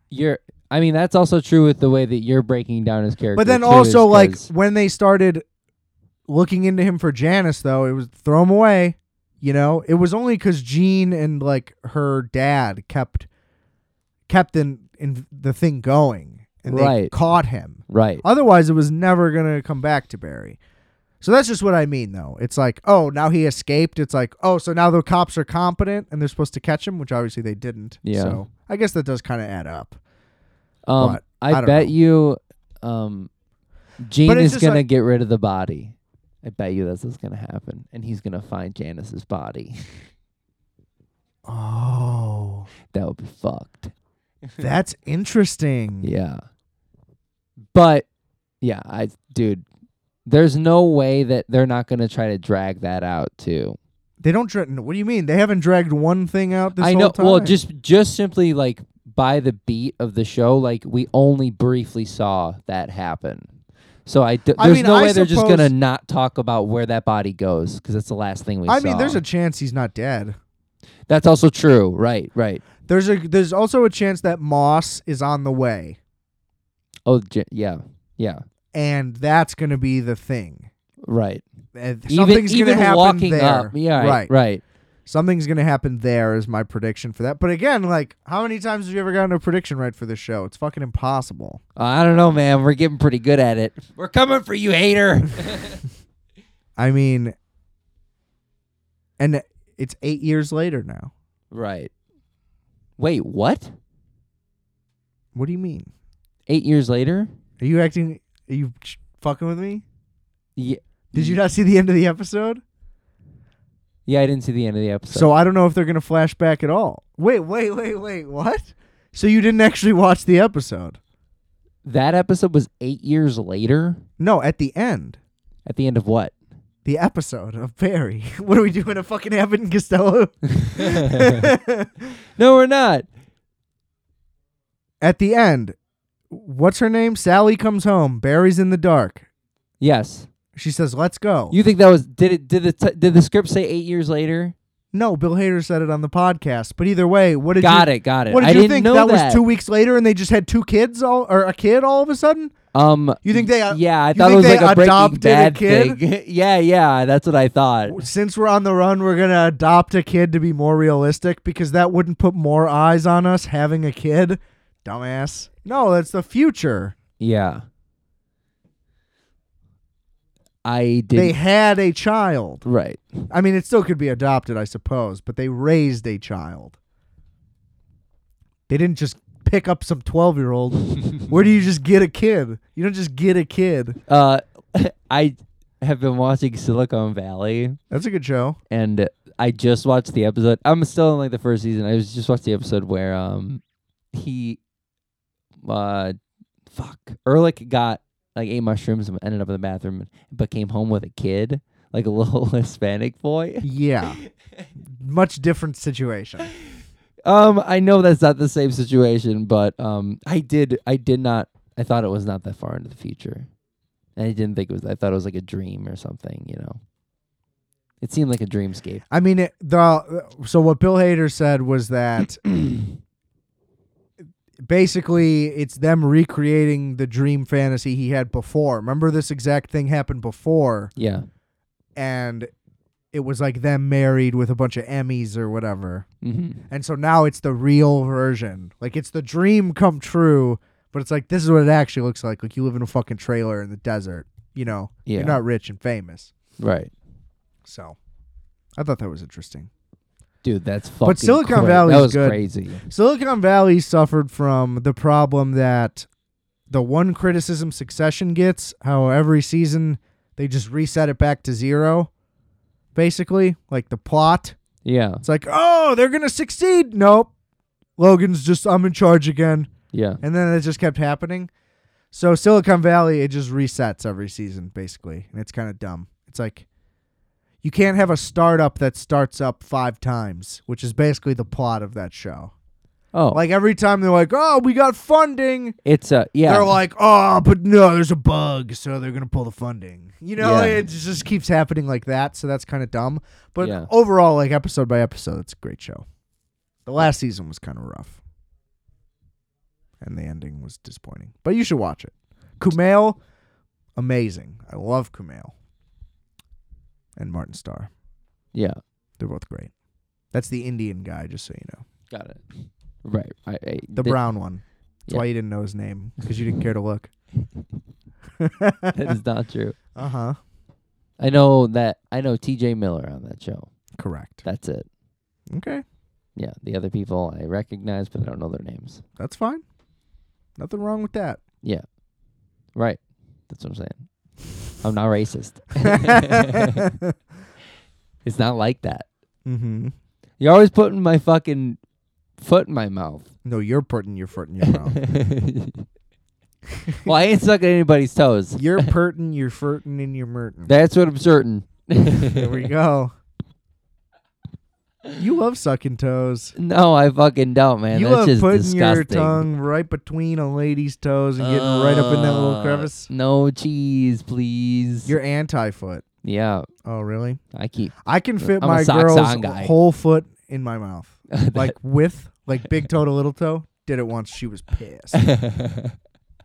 you're. I mean, that's also true with the way that you're breaking down his character. But then too, also, is like 'cause- when they started looking into him for Janice, though, it was throw him away. You know, it was only because Jean and like her dad kept kept in, in the thing going, and they Right. caught him. right, Otherwise, it was never gonna come back to Barry. So that's just what I mean, though. It's like, oh, now he escaped. It's like, oh, so now the cops are competent and they're supposed to catch him, which obviously they didn't. Yeah. So I guess that does kind of add up. um, but I, I don't bet know. you, um, Gene But it's is just gonna like- get rid of the body. I bet you that's what's gonna happen, and he's gonna find Janice's body. Oh, that would be fucked. that's interesting. Yeah, but yeah, I dude, there's no way that they're not gonna try to drag that out too. They don't. Dra- what do you mean? They haven't dragged one thing out this I whole know. time. Well, just just simply like by the beat of the show, like we only briefly saw that happen. So I d- I there's mean, no I way they're just gonna suppose- not talk about where that body goes because that's the last thing we I saw. mean, there's a chance he's not dead. that's also true. Right, right. There's a. There's also a chance that Moss is on the way, Oh, j- yeah, yeah. and that's gonna be the thing. Right. Uh, even Something's even gonna happen walking there. up. Yeah. Right. right. Right. Something's gonna happen there is my prediction for that. But again, like, how many times have you ever gotten a prediction right for this show? It's fucking impossible. Uh, I don't know, man. We're getting pretty good at it. We're coming for you, hater. I mean, and it's eight years later now. right. Wait, what? What do you mean? Eight years later? Are you acting? Are you ch- fucking with me? Yeah. Did you not see the end of the episode? Yeah, I didn't see the end of the episode. So, I don't know if they're gonna flash back at all. Wait, wait, wait, wait. What? So you didn't actually watch the episode? That episode was eight years later. No, at the end, At the end of what? the episode of Barry. what are we doing? A fucking Abbott and Costello? No, we're not. at the end, what's her name? Sally comes home. Barry's in the dark. Yes. She says, "Let's go." You think that was did it? Did the t- did the script say eight years later? no, Bill Hader said it on the podcast. But either way, what did got you, it, got it. What did I you didn't think know that, that, was two weeks later, and they just had two kids all or a kid all of a sudden? Um, You think they, uh, yeah, I you thought think it was they like a Breaking adopted a Bad kid? thing. yeah, yeah, that's what I thought. Since we're on the run, we're gonna adopt a kid to be more realistic because that wouldn't put more eyes on us having a kid. Dumbass. No, that's the future. Yeah, I did. They had a child. right. I mean, it still could be adopted, I suppose, but they raised a child. They didn't just pick up some 12 year old. Where do you just get a kid? You don't just get a kid. Uh, I have been watching Silicon Valley. That's a good show. and I just watched the episode. I'm still in like the first season. I was just watched the episode where um he uh fuck Ehrlich got like ate mushrooms and ended up in the bathroom but came home with a kid. like a little Hispanic boy. Yeah. Much different situation. Um, I know that's not the same situation, but um, I did, I did not, I thought it was not that far into the future, and I didn't think it was. I thought it was like a dream or something, you know. It seemed like a dreamscape. I mean, it, the so what Bill Hader said was that basically it's them recreating the dream fantasy he had before. Remember, this exact thing happened before, Yeah. and it was like them married with a bunch of Emmys or whatever. hmm And so now it's the real version. Like it's the dream come true, but it's like this is what it actually looks like. Like you live in a fucking trailer in the desert. You know, Yeah. you're not rich and famous. Right. So I thought that was interesting. Dude, that's fucking. Silicon cra- Valley that is was good. crazy. Silicon Valley suffered from the problem that the one criticism Succession gets, how every season they just reset it back to zero, basically, like the plot. Yeah, It's like, oh, they're going to succeed. Nope. Logan's just, I'm in charge again. yeah, And then it just kept happening. So Silicon Valley, it just resets every season, basically. And it's kind of dumb. It's like, you can't have a startup that starts up five times, which is basically the plot of that show. Oh, Like every time they're like, "Oh, we got funding," it's a yeah. they're like, "Oh, but no, there's a bug, so they're gonna pull the funding." You know, Yeah. it just keeps happening like that. So that's kind of dumb. But Yeah. overall, like episode by episode, it's a great show. The last season was kind of rough, and the ending was disappointing. But you should watch it. Kumail, amazing. I love Kumail and Martin Starr. yeah, They're both great. That's the Indian guy, just so you know, got it. Right, I, I- the th- brown one. That's Yeah. why you didn't know his name because you didn't care to look. That is not true. Uh huh. I know that. I know T.J. Miller on that show. Correct. That's it. Okay, Yeah, the other people I recognize, but I don't know their names. that's fine. Nothing wrong with that. Right, that's what I'm saying. I'm not racist. it's not like that. mm-hmm. You're always putting my fucking foot in my mouth. No, you're putting your foot in your mouth. well, I ain't sucking anybody's toes. you're putting your furtin in your mertin. That's what I'm certain. There we go. You love sucking toes. No, I fucking don't, man. you That's love just putting disgusting. your tongue right between a lady's toes and getting right up in that little Uh, crevice. No cheese, please. You're anti foot. yeah, Oh, really? I keep I can fit I'm a my socks girl's on guy. whole foot in my mouth. like. like with like big toe to little toe. Did it once. She was pissed,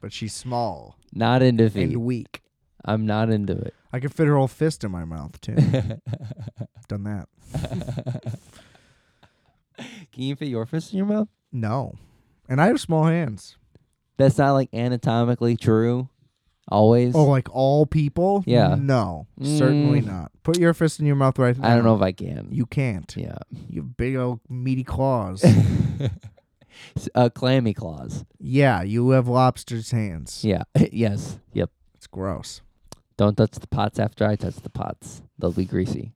but she's small not into feet. and weak. I'm not into it. I could fit her whole fist in my mouth too. Done that. Can you fit your fist in your mouth? No, and I have small hands. That's not like anatomically true. Always. Oh, like all people? Yeah. No, certainly Mm. not. Put your fist in your mouth right now. I don't know if I can. You can't. yeah. You have big old meaty claws. S- uh, clammy claws. yeah, you have lobster's hands. Yeah. yes. Yep. It's gross. Don't touch the pots after I touch the pots. They'll be greasy.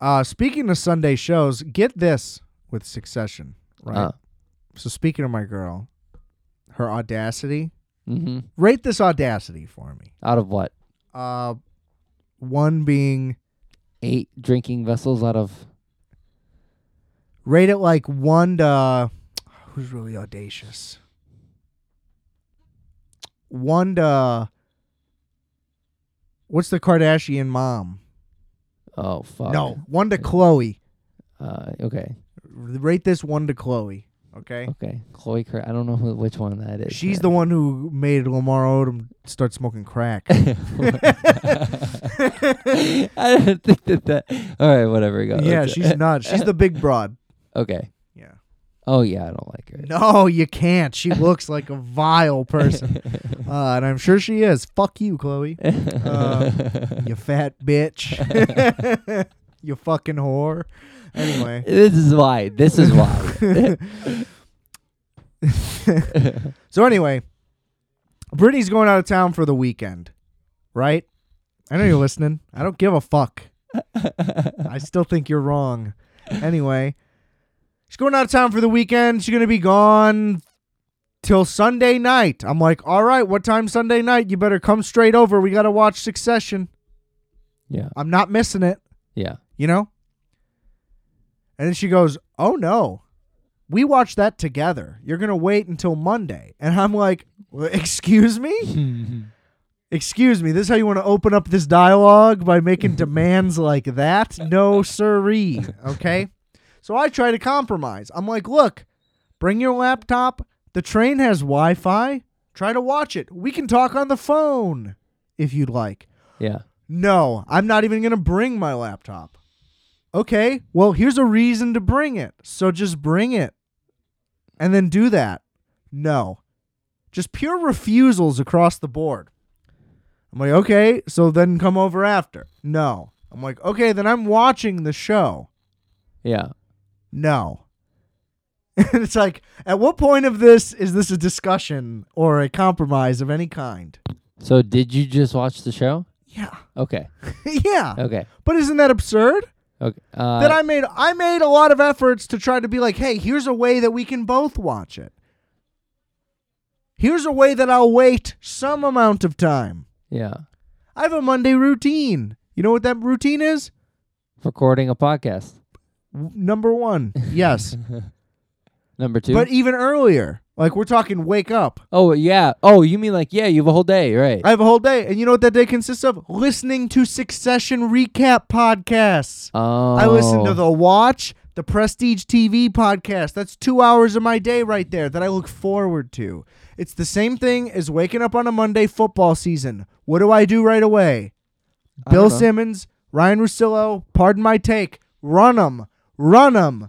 Uh, speaking of Sunday shows, get this with Succession, right? Uh, So speaking of my girl, her audacity. mm-hmm. Rate this audacity for me. Out of what? Uh, one being Eight drinking vessels out of. rate it like one to who's really audacious. One to what's the Kardashian mom? Oh fuck. No, one to Chloe. Uh, okay. Rate this one to Chloe. Okay. Okay. Chloe. Cur- I don't know who, which one that is. She's the one who made Lamar Odom start smoking crack. I don't think that that. All right. Whatever. Go. yeah, that's it. she's not. She's the big broad. okay. Yeah. Oh yeah, I don't like her. No, you can't. She looks like a vile person. Uh, and I'm sure she is. Fuck you, Chloe. Uh, You fat bitch. you fucking whore. Anyway. This is why. This is why. so, anyway, Brittany's going out of town for the weekend, right? I know you're listening. I don't give a fuck. I still think you're wrong. Anyway, she's going out of town for the weekend. She's going to be gone till Sunday night. I'm like, all right, what time Sunday night? You better come straight over. We got to watch Succession. Yeah. I'm not missing it, Yeah. you know? And then she goes, Oh no, we watched that together. You're going to wait until Monday. And I'm like, "Well, Excuse me? Excuse me. This is how you want to open up this dialogue by making demands like that? No, siree. Okay. So I try to compromise. I'm like, Look, bring your laptop. The train has Wi Fi. Try to watch it. We can talk on the phone if you'd like. yeah. No, I'm not even going to bring my laptop. Okay, well, here's a reason to bring it. So just bring it and then do that. No, just pure refusals across the board. I'm like, okay, so then come over after. No. I'm like, okay, then I'm watching the show. Yeah. No. And it's like, at what point of this is this a discussion or a compromise of any kind? So did you just watch the show? Yeah. Okay. yeah. Okay. But isn't that absurd? Okay. Uh, that I made I made a lot of efforts to try to be like, hey, here's a way that we can both watch it. Here's a way that I'll wait some amount of time. yeah. I have a Monday routine. You know what that routine is? Recording a podcast. W- Number one, yes, Number two. but even earlier. Like we're talking, wake up. oh yeah. Oh, you mean like yeah? You have a whole day, right? I have a whole day, and you know what that day consists of? Listening to Succession recap podcasts. oh. I listen to the Watch, the Prestige TV podcast. That's two hours of my day right there that I look forward to. It's the same thing as waking up on a Monday football season. What do I do right away? I Bill don't know. Simmons, Ryan Russillo, pardon my take, run them, run them.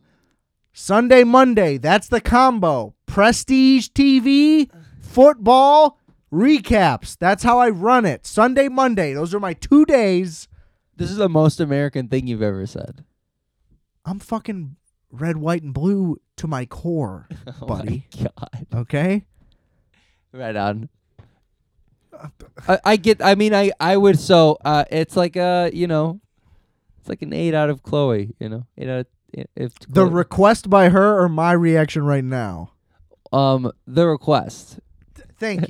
Sunday, Monday, that's the combo. Prestige TV, football, recaps. That's how I run it. Sunday, Monday, those are my two days. This is the most American thing you've ever said. I'm fucking red, white, and blue to my core, Oh my buddy. God. Okay? Right on. I, I get. I mean, I I would. So uh, it's like a you know, it's like an eight out of Chloe. You know, eight out of if The Chloe- request by her or my reaction right now? um the request. Thank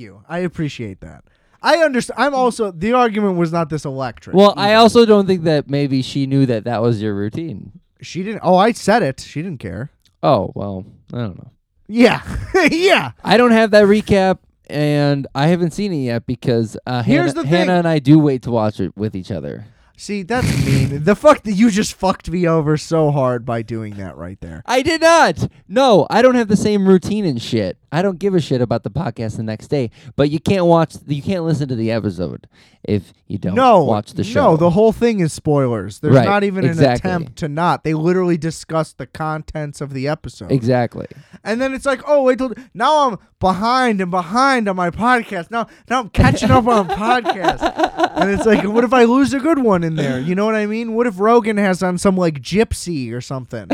you. I appreciate that. I understand. I'm also, the argument was not this electric. Well, either. I also don't think that maybe she knew that that was your routine. She didn't. Oh, I said it. She didn't care. Oh well, I don't know. Yeah. yeah. I don't have that recap, and I haven't seen it yet because uh, Here's Hannah, the thing. Hannah and I do wait to watch it with each other. See, that's mean. The fuck that you just fucked me over so hard by doing that right there. I did not. No, I don't have the same routine and shit. I don't give a shit about the podcast the next day. But you can't watch. You can't listen to the episode if you don't no, watch the show. No, the whole thing is spoilers. There's Right, not even exactly. an attempt to not. They literally discuss the contents of the episode. exactly. And then it's like, oh wait till now I'm behind and behind on my podcast. Now now I'm catching up on podcast. And it's like, what if I lose a good one in there? You know what I mean? What if Rogan has on some like gypsy or something?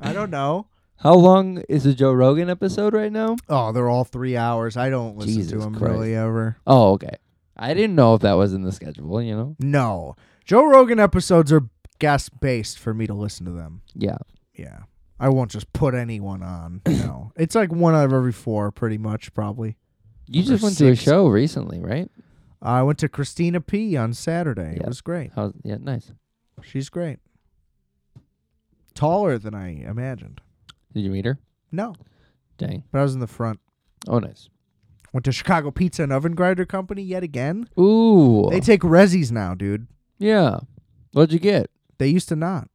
I don't know. How long is the Joe Rogan episode right now? Oh, they're all three hours. I don't listen to Jesus them Christ. really ever. Oh, okay. I didn't know if that was in the schedule. You know. No. Joe Rogan episodes are guest based for me to listen to them. Yeah. Yeah. I won't just put anyone on. No. it's like one out of every four, pretty much, probably. You Or just went to a six. show recently, right? I went to Christina P on Saturday. It Yeah. was great. How, yeah. Nice. She's great. Taller than I imagined. Did you meet her? No, Dang. but I was in the front. Oh, nice. Went to Chicago Pizza and Oven Grinder Company yet again. Ooh. They take resis now, dude. yeah. What'd you get? They used to not.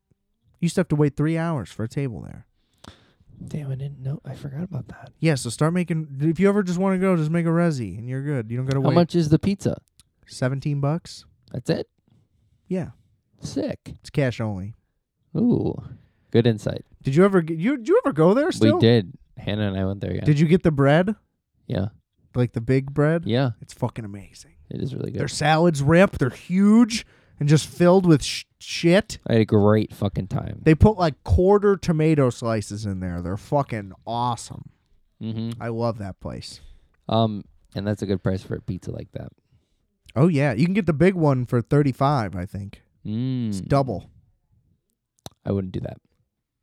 Used to have to wait three hours for a table there. Damn, I didn't know. I forgot about that. Yeah, so start making. If you ever just want to go, just make a resi and you're good. You don't got to How wait. much is the pizza? Seventeen bucks. That's it. Yeah, Sick. it's cash only. Ooh, good insight. Did you ever? Get, you did you ever go there? Still? We did. Hannah and I went there. Yeah. Did you get the bread? yeah. Like the big bread? Yeah. It's fucking amazing. It is really good. Their salads rip. They're huge and just filled with sh- shit. I had a great fucking time. They put like quarter tomato slices in there. They're fucking awesome. Mm-hmm. I love that place. Um, and that's a good price for a pizza like that. Oh yeah, you can get the big one for 35, I think. It's Mm. double. I wouldn't do that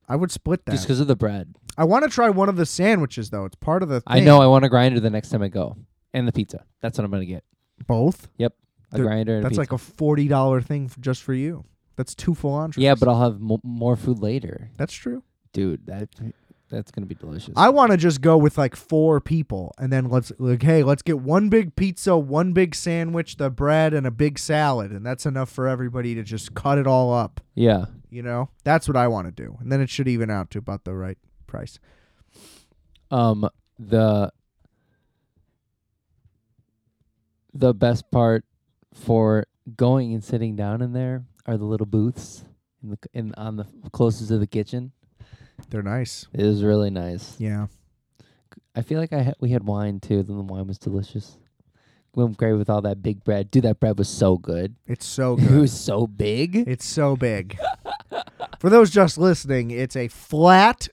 I would split that. just because of the bread. I want to try one of the sandwiches though. It's part of the thing. I know I want a grinder the next time I go, and the pizza. That's what I'm gonna get. both. Yep. a Dude, grinder. And a That's like pizza. a forty dollar thing f just for you. That's two full entrees. yeah, but I'll have mo- more food later, that's true. dude. That that's gonna be delicious. I want to just go with like four people, and then let's like, hey, let's get one big pizza, one big sandwich, the bread, and a big salad, and that's enough for everybody to just cut it all up. Yeah, You know, that's what I want to do, and then it should even out to about the right price. um, the the best part for going and sitting down in there are the little booths in the c- in on the closest to the kitchen. They're nice. It was really nice. Yeah, I feel like I ha- we had wine too. Then the wine was delicious. Went great with all that big bread. Dude, that bread was so good. it's so It good. was so big. it's so big. for those just listening, it's a flat.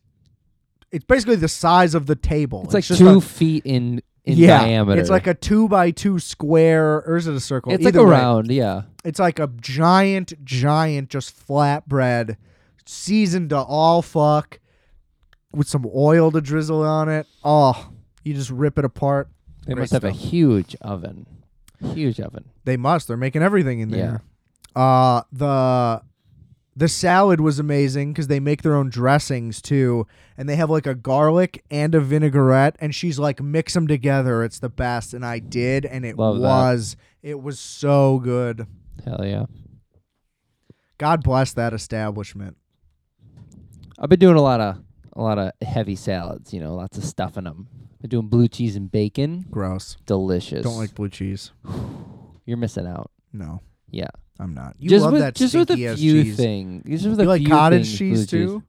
It's basically the size of the table. It's like just two a- feet in in yeah, diameter. It's like a two by two square, or is it a circle? it's like Either a way, round. Yeah, It's like a giant, giant, just flatbread, seasoned to all fuck, with some oil to drizzle on it. Oh, you just rip it apart. they Great must have a stuff. huge oven. Huge oven. They must. They're making everything in there. Uh, the the salad was amazing because they make their own dressings too, and they have like a garlic and a vinaigrette, and she's like mix them together. It's the best, and I did, and it Love that. was it was so good. Hell yeah. God bless that establishment. I've been doing a lot of a lot of heavy salads. You know, lots of stuff in them. Been doing blue cheese and bacon. Gross. Delicious. Don't like blue cheese. You're missing out. No, Yeah. I'm not. You just love with, that just with stinky a ass few cheese. things. Just with You a like few cottage things, cheese blue too?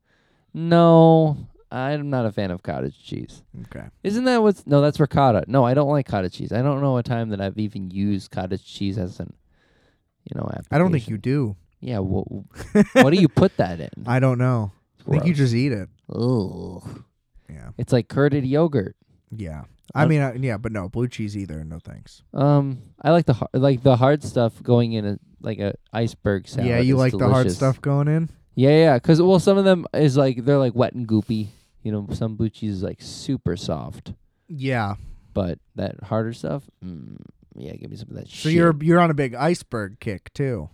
No, I'm not a fan of cottage cheese. Okay. Isn't that what's no? That's ricotta. No, I don't like cottage cheese. I don't know a time that I've even used cottage cheese as an, you know, I don't think you application. do. Yeah, wha- what do you put that in? I don't know. I think you Gross. just eat it. Ugh. Yeah. It's like curded yogurt. Yeah. I I- mean, I, yeah, but no blue cheese either. No thanks. Um, I like the har- like the hard stuff going in a like a iceberg salad. yeah, you is like the hard delicious. stuff going in. Yeah, yeah, because well, some of them is like they're like wet and goopy. You know, some blue cheese is like super soft, Yeah. but that harder stuff, mm, yeah, give me some of that. So shit. you're you're on a big iceberg kick too.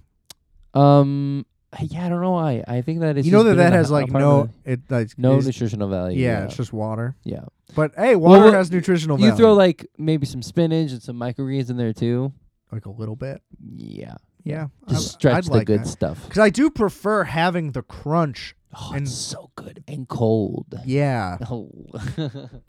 Um. Yeah, I don't know why. I think that it's you know just that been in that a has ho- like apartment no with it like no it's- nutritional value. yeah, Yeah. it's just water. yeah. But hey, Well, water well, has nutritional value. You throw like maybe some spinach and some microgreens in there too. like a little bit. Yeah. Yeah. Just I- stretch I'd the like good that. stuff. Cuz I do prefer having the crunch. Oh, and- it's so good and cold. Yeah. Oh.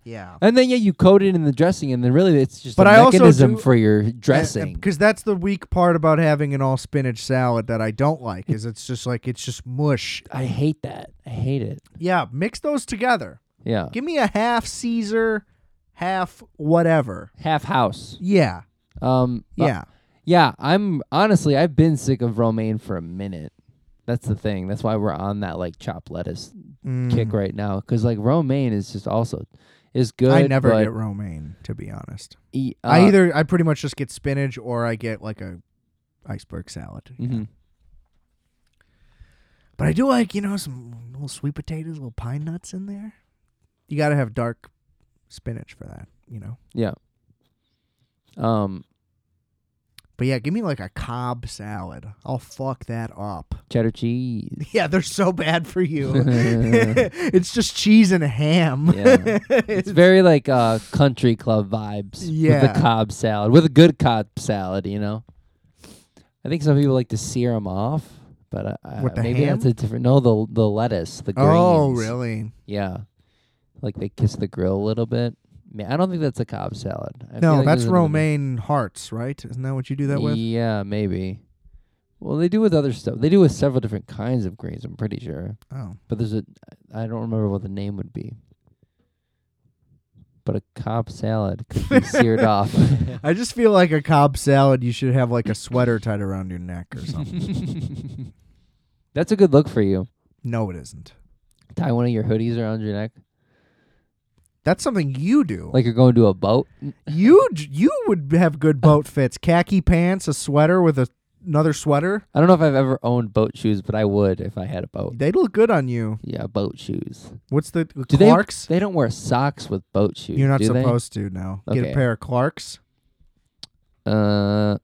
Yeah. and then yeah, you coat it in the dressing, and then really it's just But a I also mechanism do- for your dressing. Because that's the weak part about having an all spinach salad that I don't like is it's just like it's just mush. I hate that. I hate it. Yeah, mix those together. Yeah. Give me a half Caesar, half whatever. Half house. Yeah. Um. but- Yeah. Yeah, I'm honestly I've been sick of romaine for a minute. That's the thing. That's why we're on that like chopped lettuce kick Mm. right now cuz like romaine is just also is good. I never but get romaine, to be honest. e- uh, I either I pretty much just get spinach or I get like a iceberg salad. mhm. But I do like, you know, some little sweet potatoes, little pine nuts in there. You gotta have dark spinach for that, you know. um But yeah, give me like a cob salad. I'll fuck that up. cheddar cheese. Yeah, they're so bad for you. it's just cheese and ham. Yeah. It's very like uh country club vibes with Yeah. the cob salad. With a good cob salad, you know. I think some people like to sear them off, but I, I, With the maybe ham? that's a different No, the the lettuce, the greens. oh, really? Yeah. Like they kiss the grill a little bit. Man, I don't think that's a cob salad. I feel No, like that's there's another- romaine hearts, right? Isn't that what you do that with? Yeah, maybe. Well, they do with other stuff. They do with several different kinds of greens, I'm pretty sure. Oh, But there's a I don't remember what the name would be. But a cob salad could be seared off. I just feel like a cob salad. You should have like a sweater tied around your neck or something. That's a good look for you. no, it isn't. Tie one of your hoodies around your neck That's something you do. like you're going to a boat. you j- you would have good boat fits. Khaki pants, a sweater with a, another sweater. I don't know if I've ever owned boat shoes, but I would if I had a boat. They'd look good on you. Yeah, boat shoes. What's the Do they- Clarks? They don't wear socks with boat shoes. You're not do they? supposed to. No, get Okay. a pair of Clarks. Uh,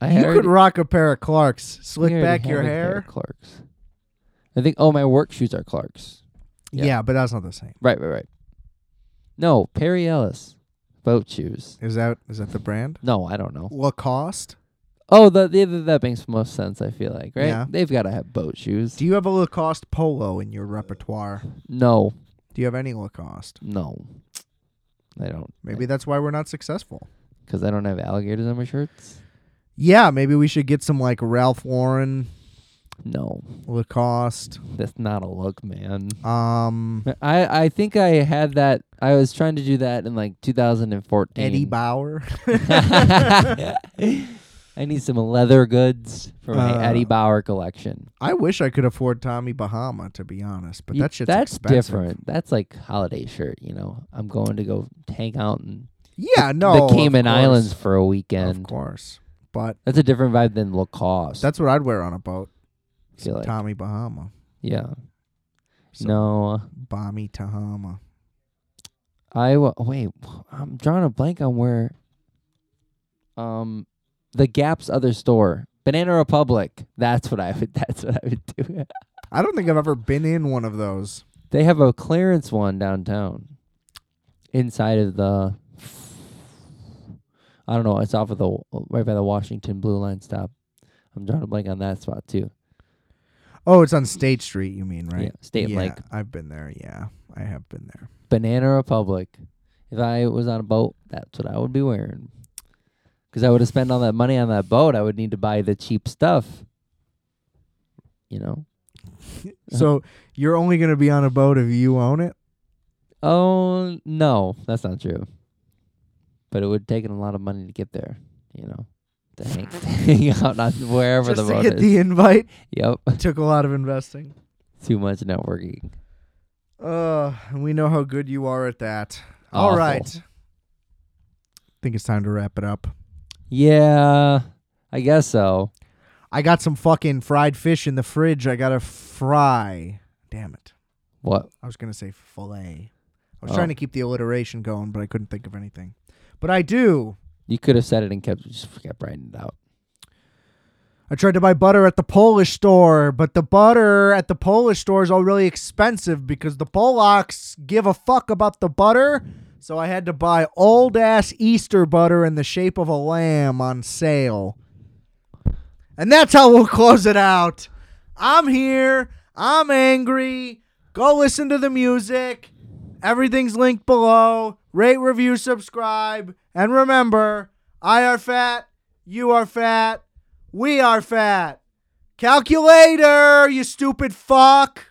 I I you had could already- rock a pair of Clarks. I Slick already back had your a pair of hair. Clarks. I think. Oh, my work shoes are Clarks. Yeah. Yeah. but that's not the same. Right, right, right. No, Perry Ellis boat shoes. Is that is that the brand? No, I don't know. Lacoste. Oh, the, the, the that makes most sense. I feel like right. Yeah. They've got to have boat shoes. Do you have a Lacoste polo in your repertoire? no, Do you have any Lacoste? no, I don't. Maybe that's why we're not successful. because I don't have alligators on my shirts. Yeah, maybe we should get some like Ralph Lauren No, Lacoste. that's not a look, man. Um, I I think I had that. I was trying to do that in like 2014. Eddie Bauer. I need some leather goods for my Uh, Eddie Bauer collection. I wish I could afford Tommy Bahama, to be honest, but You- that shit's that's expensive. different. That's like holiday shirt. You know, I'm going to go hang out in Yeah, no. of the Cayman course. Islands for a Of weekend. course. But That's a different vibe than Lacoste. that's what I'd wear on a boat. I feel like. Tommy Bahama. yeah. Some no, Bommy Tahama. I wa- wait. I'm drawing a blank on where. Um, the Gap's other store, Banana Republic. That's what I would. That's what I would do. I don't think I've ever been in one of those. They have a clearance one downtown. Inside of the I don't know, it's off of the right by the Washington Blue Line stop. I'm drawing a blank on that spot too. Oh, it's on State Street, you mean, right? Yeah, State yeah, Lake I've been there, yeah. I have been there. Banana Republic. If I was on a boat, that's what I would be wearing. Cuz I would have spent all that money on that boat, I would need to buy the cheap stuff. You know? Uh-huh. So you're only gonna be on a boat if you own it? Oh, no, that's not true. But it would have taken a lot of money to get there, you know, to hang, to hang out on wherever Just the to boat get is. the invite. yep, Took a lot of investing. too much networking. Uh and we know how good you are at that. All Awful. right. think it's time to wrap it up. Yeah, I guess so. I got some fucking fried fish in the fridge. I gotta fry. Damn it. What? I was gonna say fillet. I was Oh. trying to keep the alliteration going, but I couldn't think of anything. But I do. You could have said it and kept just kept writing it out. I tried to buy butter at the Polish store, but the butter at the Polish store is all really expensive because the Polacks give a fuck about the butter. So I had to buy old ass Easter butter in the shape of a lamb on sale. And that's how we'll close it out. I'm here. I'm angry. Go listen to the music. Everything's linked below. Rate, review, subscribe. And remember, I are fat. You are fat. We are fat. Calculator, you stupid fuck.